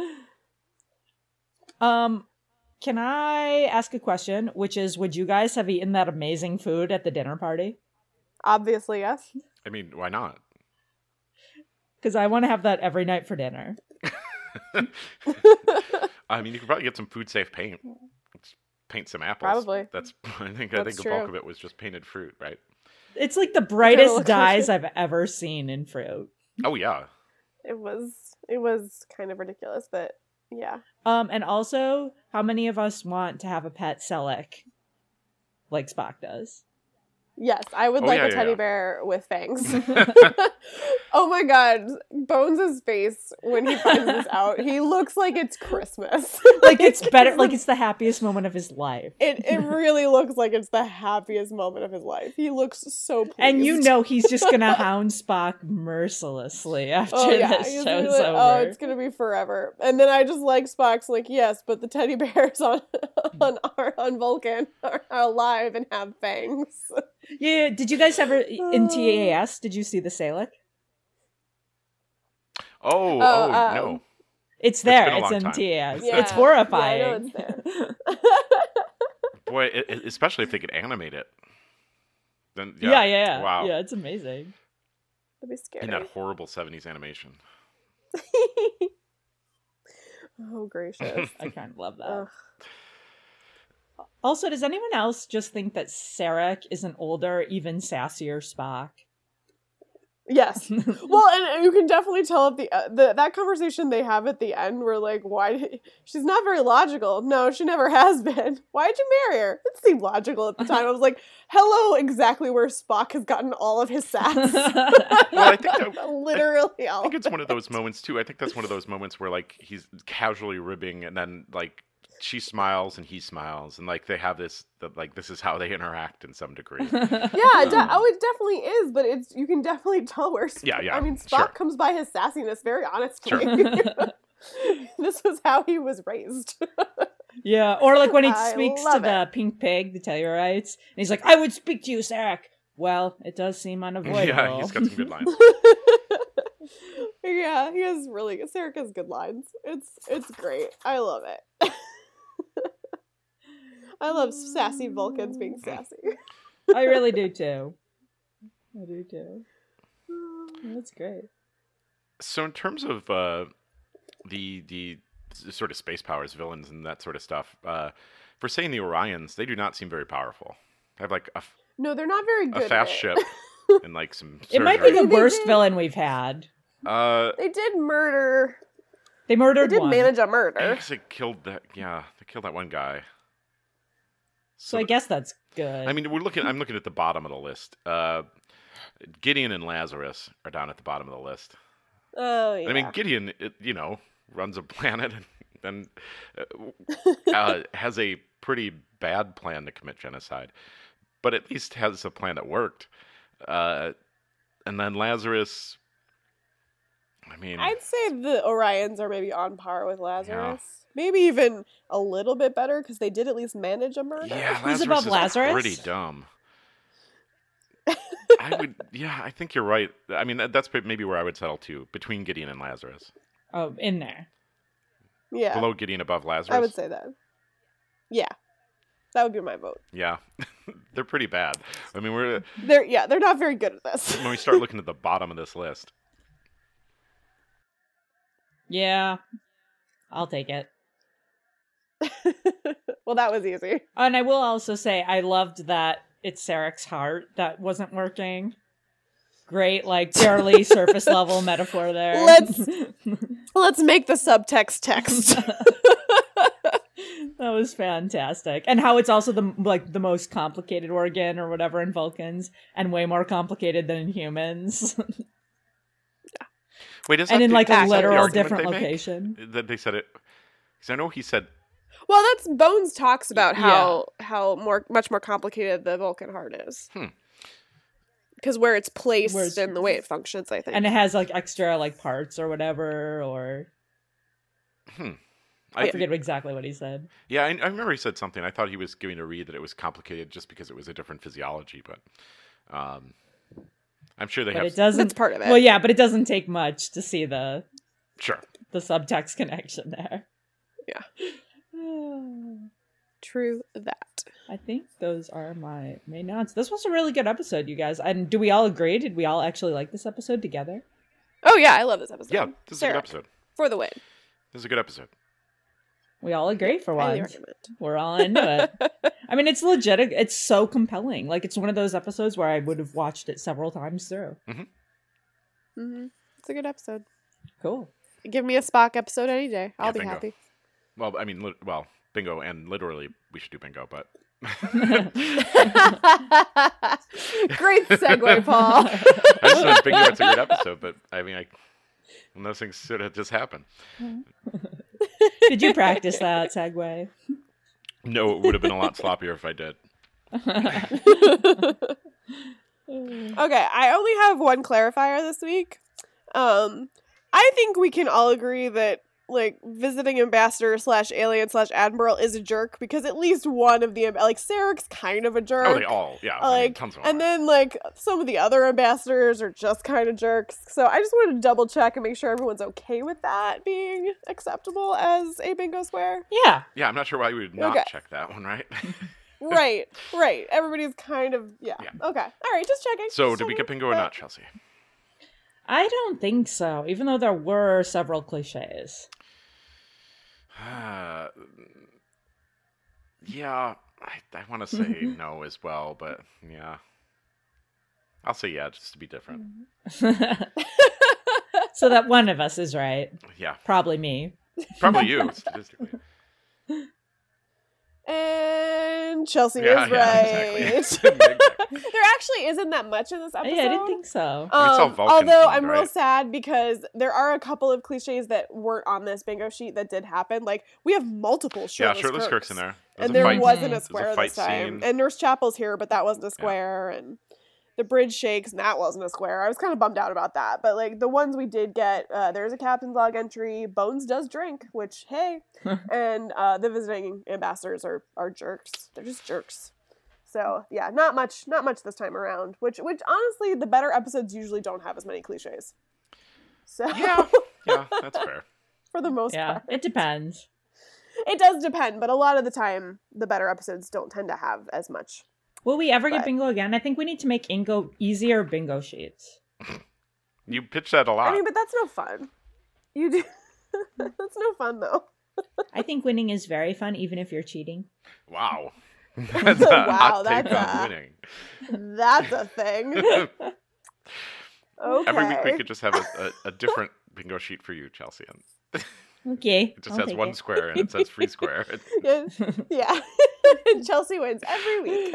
Speaker 3: Um can I ask a question, which is would you guys have eaten that amazing food at the dinner party?
Speaker 2: Obviously, yes.
Speaker 1: I mean, why not?
Speaker 3: Because I want to have that every night for dinner.
Speaker 1: I mean, you could probably get some food safe paint, Just paint some apples.
Speaker 2: Probably.
Speaker 1: That's I think I
Speaker 2: That's
Speaker 1: think the bulk
Speaker 2: true.
Speaker 1: of it was just painted fruit, right?
Speaker 3: It's like the
Speaker 2: look
Speaker 3: brightest
Speaker 2: at
Speaker 3: dyes I've ever seen in fruit.
Speaker 1: Oh yeah,
Speaker 2: It was it was kind of ridiculous, but yeah.
Speaker 3: Um, and also, how many of us want to have a pet Selleck, like Spock does?
Speaker 2: Yes, I would
Speaker 1: Oh,
Speaker 2: like
Speaker 1: yeah,
Speaker 2: a
Speaker 1: yeah,
Speaker 2: teddy
Speaker 1: yeah.
Speaker 2: bear with fangs. Oh my god, Bones' face when he finds this out, he looks like it's Christmas.
Speaker 3: like it's better like it's the happiest moment of his life
Speaker 2: It it really looks like it's the happiest moment of his life. He looks so pleased.
Speaker 3: and you know he's just gonna hound spock mercilessly after
Speaker 2: Oh yeah,
Speaker 3: this
Speaker 2: he's
Speaker 3: show's
Speaker 2: gonna be like,
Speaker 3: over
Speaker 2: oh, it's gonna be forever. And then I just like Spock's like, yes, but the teddy bears on
Speaker 3: Hmm.
Speaker 2: on are on Vulcan are alive and have fangs.
Speaker 3: yeah did you guys ever in tas did you see the Salic?
Speaker 1: Oh, oh,
Speaker 2: Oh, um,
Speaker 1: no.
Speaker 3: it's
Speaker 1: been
Speaker 3: there
Speaker 1: a
Speaker 3: it's,
Speaker 1: long
Speaker 3: in
Speaker 1: time.
Speaker 3: tas
Speaker 2: Yeah.
Speaker 3: it's horrifying
Speaker 2: Yeah, I know it's there.
Speaker 1: Boy, e- e- especially if they could animate it. Then yeah,
Speaker 3: yeah yeah yeah,
Speaker 1: Wow.
Speaker 3: yeah it's amazing
Speaker 2: That'd be
Speaker 1: In
Speaker 2: scary.
Speaker 1: that horrible '70s animation.
Speaker 2: oh gracious.
Speaker 3: I kind of love that.
Speaker 2: Ugh.
Speaker 3: Also, does anyone else just think that Sarek is an older, even sassier Spock?
Speaker 2: Yes. Well, and you can definitely tell at the, uh, the that conversation they have at the end where like, why did, she's not very logical. No, she never has been. Why did you marry her? It seemed logical at the time. I was like, hello, exactly where Spock has gotten all of his sacks.
Speaker 1: Well, I think that-
Speaker 2: literally
Speaker 1: I
Speaker 2: all.
Speaker 1: think it's one of those moments too. I think that's one of those moments where like he's casually ribbing, and then like she smiles and he smiles, and like they have this that like this is how they interact in some degree.
Speaker 2: Yeah, it de-
Speaker 1: Um,
Speaker 2: oh, it definitely is, but it's you can definitely tell where. Spock,
Speaker 1: Yeah, yeah,
Speaker 2: I mean, Spock
Speaker 1: sure.
Speaker 2: comes by his sassiness very honestly.
Speaker 3: Sure.
Speaker 2: this was how he was raised.
Speaker 3: yeah, or like when he
Speaker 2: I
Speaker 3: speaks to
Speaker 2: love
Speaker 3: the pink pig, the Tellurites, and he's like, "I would speak to you, Sarek." Well, it does seem unavoidable.
Speaker 1: yeah, he's got some good lines.
Speaker 2: yeah, he has really good. Sarek has good lines. It's it's great. I love it. I love sassy Vulcans being sassy.
Speaker 3: I really do too. I do too. That's great.
Speaker 1: so in terms of uh, the the s- sort of space powers, villains, and that sort of stuff, uh, for saying the Orions, they do not seem very powerful. They have like a, f-
Speaker 2: No, they're not very
Speaker 1: a
Speaker 2: good. at
Speaker 1: fast
Speaker 2: it.
Speaker 1: ship and like some.
Speaker 3: It might be the
Speaker 2: They
Speaker 3: worst
Speaker 2: did-
Speaker 3: villain we've had.
Speaker 1: the. Uh,
Speaker 2: They did murder.
Speaker 3: They
Speaker 2: They
Speaker 3: murdered
Speaker 2: did
Speaker 3: one.
Speaker 2: manage a
Speaker 1: I
Speaker 2: murder.
Speaker 1: guess they killed that. Yeah, they killed that one guy.
Speaker 3: so I guess that's good.
Speaker 1: I mean, we're looking. I'm looking at the bottom of the list. Uh, Gideon and Lazarus are down at the bottom of the list.
Speaker 2: Oh yeah.
Speaker 1: I mean, Gideon, it, you know, runs a planet and, and uh, has a pretty bad plan to commit genocide, but at least has a plan that worked. Uh, and then Lazarus, I mean,
Speaker 2: I'd say the Orions are maybe on par with Lazarus. Maybe even a little bit better because they did at least manage a murder.
Speaker 1: yeah, Lazarus
Speaker 3: Who's above
Speaker 1: is
Speaker 3: Lazarus?
Speaker 1: pretty dumb. I would, yeah, I think you're right. I mean, that, that's maybe where I would settle to between Gideon and Lazarus.
Speaker 3: oh, in there.
Speaker 2: Yeah,
Speaker 1: Below Gideon, above Lazarus.
Speaker 2: I would say that. Yeah, that would be my vote.
Speaker 1: Yeah, they're pretty bad. I mean, we're
Speaker 2: They're yeah, they're not very good at this.
Speaker 1: when we start looking at the bottom of this list.
Speaker 3: Yeah, I'll take it.
Speaker 2: well, that was easy.
Speaker 3: And I will also say I loved that it's Sarek's heart that wasn't working. Great, like barely surface level metaphor there.
Speaker 2: Let's- Let's make the subtext text.
Speaker 3: that was fantastic. And how it's also the like the most complicated organ or whatever in Vulcans and way more complicated than in humans.
Speaker 1: Wait, is
Speaker 3: and
Speaker 1: that
Speaker 3: in
Speaker 1: the-
Speaker 3: like
Speaker 1: is
Speaker 3: a
Speaker 1: that the
Speaker 3: literal
Speaker 1: argument
Speaker 3: different
Speaker 1: they make?
Speaker 3: location.
Speaker 1: That they said it because I know he said
Speaker 2: well, that's Bones talks about how how more much more complicated the Vulcan heart is.
Speaker 1: Hmm.
Speaker 2: Because where it's placed
Speaker 3: Where it's-
Speaker 2: and the way it functions, I think.
Speaker 3: And it has like extra like parts or whatever or
Speaker 1: I
Speaker 3: I
Speaker 1: think,
Speaker 3: forget exactly what he said.
Speaker 1: yeah, I, I remember he said something. I thought he was giving a read that it was complicated just because it was a different physiology, but um, I'm sure they
Speaker 3: But
Speaker 1: have
Speaker 3: it doesn't
Speaker 2: that's part of it.
Speaker 3: Well, yeah, but it doesn't take much to see the
Speaker 1: sure.
Speaker 3: the subtext connection there.
Speaker 2: Yeah.
Speaker 3: Yeah.
Speaker 2: True that.
Speaker 3: I think those are my main notes. This was a really good episode, you guys. And do we all agree? Did we all actually like this episode together?
Speaker 2: Oh yeah, I love this episode.
Speaker 1: Yeah, this is a
Speaker 2: Sarek,
Speaker 1: good episode.
Speaker 2: for the win.
Speaker 1: This is a good episode.
Speaker 3: We all agree for
Speaker 2: Highly
Speaker 3: once.
Speaker 2: recommend.
Speaker 3: We're all into it. I mean, it's legit. It's so compelling. Like, it's one of those episodes where I would have watched it several times through.
Speaker 2: hmm It's a good episode.
Speaker 3: Cool.
Speaker 2: Give me a Spock episode any day. I'll
Speaker 1: Yeah,
Speaker 2: be
Speaker 1: bingo.
Speaker 2: happy.
Speaker 1: Well, I mean, lit- well, bingo and literally we should do bingo, but
Speaker 4: Great segue, Paul.
Speaker 1: I just don't figure it's a great episode, but I mean, I, and those things should have just happened.
Speaker 3: Did you practice that segue?
Speaker 1: No, it would have been a lot sloppier if I did.
Speaker 2: Okay, I only have one clarifier this week. Um, I think we can all agree that like visiting ambassador slash alien slash admiral is a jerk because at least one of the amb- like Sarek's kind of a jerk.
Speaker 1: Oh, they all, yeah, I mean,
Speaker 2: like,
Speaker 1: tons of them.
Speaker 2: and
Speaker 1: are.
Speaker 2: then like some of the other ambassadors are just kind of jerks. So I just wanted to double check and make sure everyone's okay with that being acceptable as a bingo square.
Speaker 3: Yeah.
Speaker 1: yeah, I'm not sure why we would not
Speaker 2: Okay.
Speaker 1: check that one, right?
Speaker 2: right, right. Everybody's kind of yeah.
Speaker 1: Yeah.
Speaker 2: Okay, all right. Just checking.
Speaker 1: so,
Speaker 2: Just
Speaker 1: did we get
Speaker 2: checking.
Speaker 1: bingo or
Speaker 2: But-
Speaker 1: not, Chelsea?
Speaker 3: I don't think so, even though there were several cliches.
Speaker 1: Uh, yeah, I, I want to say no as well, but yeah, I'll say yeah just to be different.
Speaker 3: so that one of us is right.
Speaker 1: Yeah,
Speaker 3: Probably me.
Speaker 1: probably you statistically.
Speaker 2: And Chelsea
Speaker 1: yeah,
Speaker 2: is
Speaker 1: yeah,
Speaker 2: right.
Speaker 1: exactly. Exactly.
Speaker 2: there actually isn't that much in this episode.
Speaker 3: Oh, Yeah, I didn't think so.
Speaker 1: I mean, it's all
Speaker 2: Um,
Speaker 1: Vulcan
Speaker 2: although
Speaker 1: themed,
Speaker 2: I'm real
Speaker 1: right?
Speaker 2: sad because there are a couple of cliches that weren't on this bingo sheet that did happen. Like we have multiple
Speaker 1: yeah,
Speaker 2: shirtless,
Speaker 1: shirtless
Speaker 2: Kirks
Speaker 1: Kirk's in there. There's
Speaker 2: and
Speaker 1: a
Speaker 2: there
Speaker 1: fight
Speaker 2: wasn't a
Speaker 1: There's a
Speaker 2: square
Speaker 1: fight
Speaker 2: this time.
Speaker 1: scene.
Speaker 2: And Nurse Chapel's here, but that wasn't a
Speaker 1: Yeah.
Speaker 2: square. And the bridge shakes, and that wasn't a square. I was kind of bummed out about that. But like the ones we did get, uh, there's a captain's log entry. Bones does drink, which hey, and uh, the visiting ambassadors are are jerks. They're just jerks. So yeah, not much, not much this time around. Which which honestly, the better episodes usually don't have as many cliches. So
Speaker 1: Yeah, yeah, that's fair.
Speaker 2: for the most
Speaker 3: Yeah,
Speaker 2: part,
Speaker 3: it depends.
Speaker 2: it does depend. But a lot of the time, the better episodes don't tend to have as much
Speaker 3: Will we ever
Speaker 2: But-
Speaker 3: get bingo again? I think we need to make Ingo easier bingo sheets.
Speaker 1: You pitch that a lot.
Speaker 2: I mean, but that's no fun. You do. that's no fun though.
Speaker 3: I think winning is very fun, even if you're cheating.
Speaker 1: Wow. That's a
Speaker 2: Wow,
Speaker 1: hot take
Speaker 2: that's
Speaker 1: on
Speaker 2: a-
Speaker 1: winning.
Speaker 2: That's a thing. Okay.
Speaker 1: Every week we could just have a, a, a different bingo sheet for you, Chelsea. And
Speaker 3: Okay.
Speaker 1: it just
Speaker 3: I'll
Speaker 1: has
Speaker 3: take
Speaker 1: one
Speaker 3: it.
Speaker 1: square and it says free square.
Speaker 2: Yeah. yeah. Chelsea wins every week.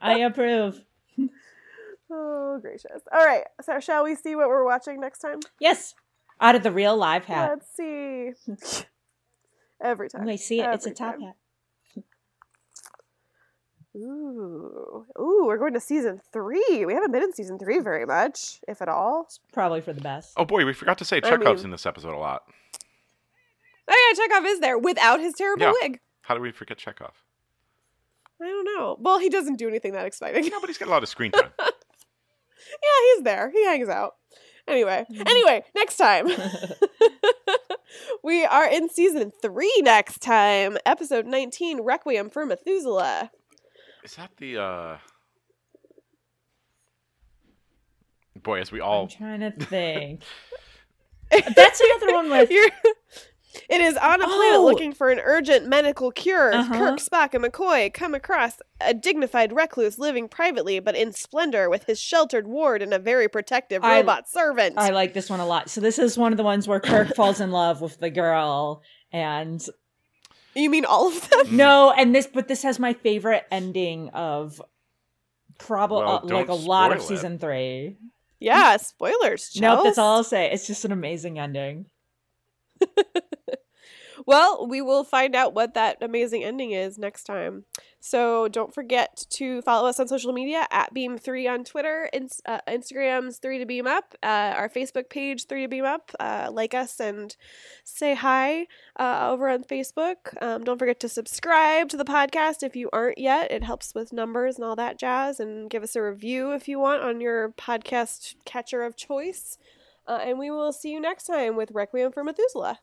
Speaker 3: I approve.
Speaker 2: Oh gracious! All right. So shall we see what we're watching next time?
Speaker 3: Yes. Out of the real live hat.
Speaker 2: Let's see. every time.
Speaker 3: Okay, see it. It's a
Speaker 2: Every
Speaker 3: top
Speaker 2: time.
Speaker 3: hat.
Speaker 2: Ooh. Ooh. We're going to season three. We haven't been in season three very much, if at all.
Speaker 3: Probably for the best.
Speaker 1: oh boy, we forgot to say
Speaker 2: I
Speaker 1: Chekhov's
Speaker 2: mean-
Speaker 1: in this episode a lot.
Speaker 2: Oh yeah, Chekhov is there without his terrible
Speaker 1: Yeah.
Speaker 2: wig.
Speaker 1: How do we forget Chekhov?
Speaker 2: I don't know. Well, he doesn't do anything that exciting.
Speaker 1: No, but he's got a lot of screen time.
Speaker 2: yeah, he's there. He hangs out. Anyway,
Speaker 3: Mm-hmm.
Speaker 2: anyway, next time. we are in season three next time, episode 19 Requiem for Methuselah.
Speaker 1: Is that the uh Boy, as we all
Speaker 3: I'm trying to think. That's another one with
Speaker 2: You're- It is on a planet
Speaker 3: Oh.
Speaker 2: looking for an urgent medical cure.
Speaker 3: Uh-huh.
Speaker 2: Kirk, Spock, and McCoy come across a dignified recluse living privately but in splendor with his sheltered ward and a very protective
Speaker 3: I-
Speaker 2: robot servant.
Speaker 3: I like this one a lot. So this is one of the ones where Kirk falls in love with the girl and
Speaker 2: you mean all of them?
Speaker 3: no, and this but this has my favorite ending of probably uh,
Speaker 1: Well,
Speaker 3: like
Speaker 1: don't
Speaker 3: a lot of
Speaker 1: spoil it.
Speaker 3: season 3.
Speaker 2: yeah, spoilers.
Speaker 3: No,
Speaker 2: Chels.
Speaker 3: that's all I'll say. It's just an amazing ending.
Speaker 2: Well, we will find out what that amazing ending is next time. So don't forget to follow us on social media at Beam3 on Twitter, in, uh, Instagram's 3 to Beam Up, uh, our Facebook page 3 to Beam Up. Uh, like us and say hi uh, over on Facebook. Um, don't forget to subscribe to the podcast if you aren't yet. It helps with numbers and all that jazz. And give us a review if you want on your podcast catcher of choice. Uh, and we will see you next time with Requiem for Methuselah.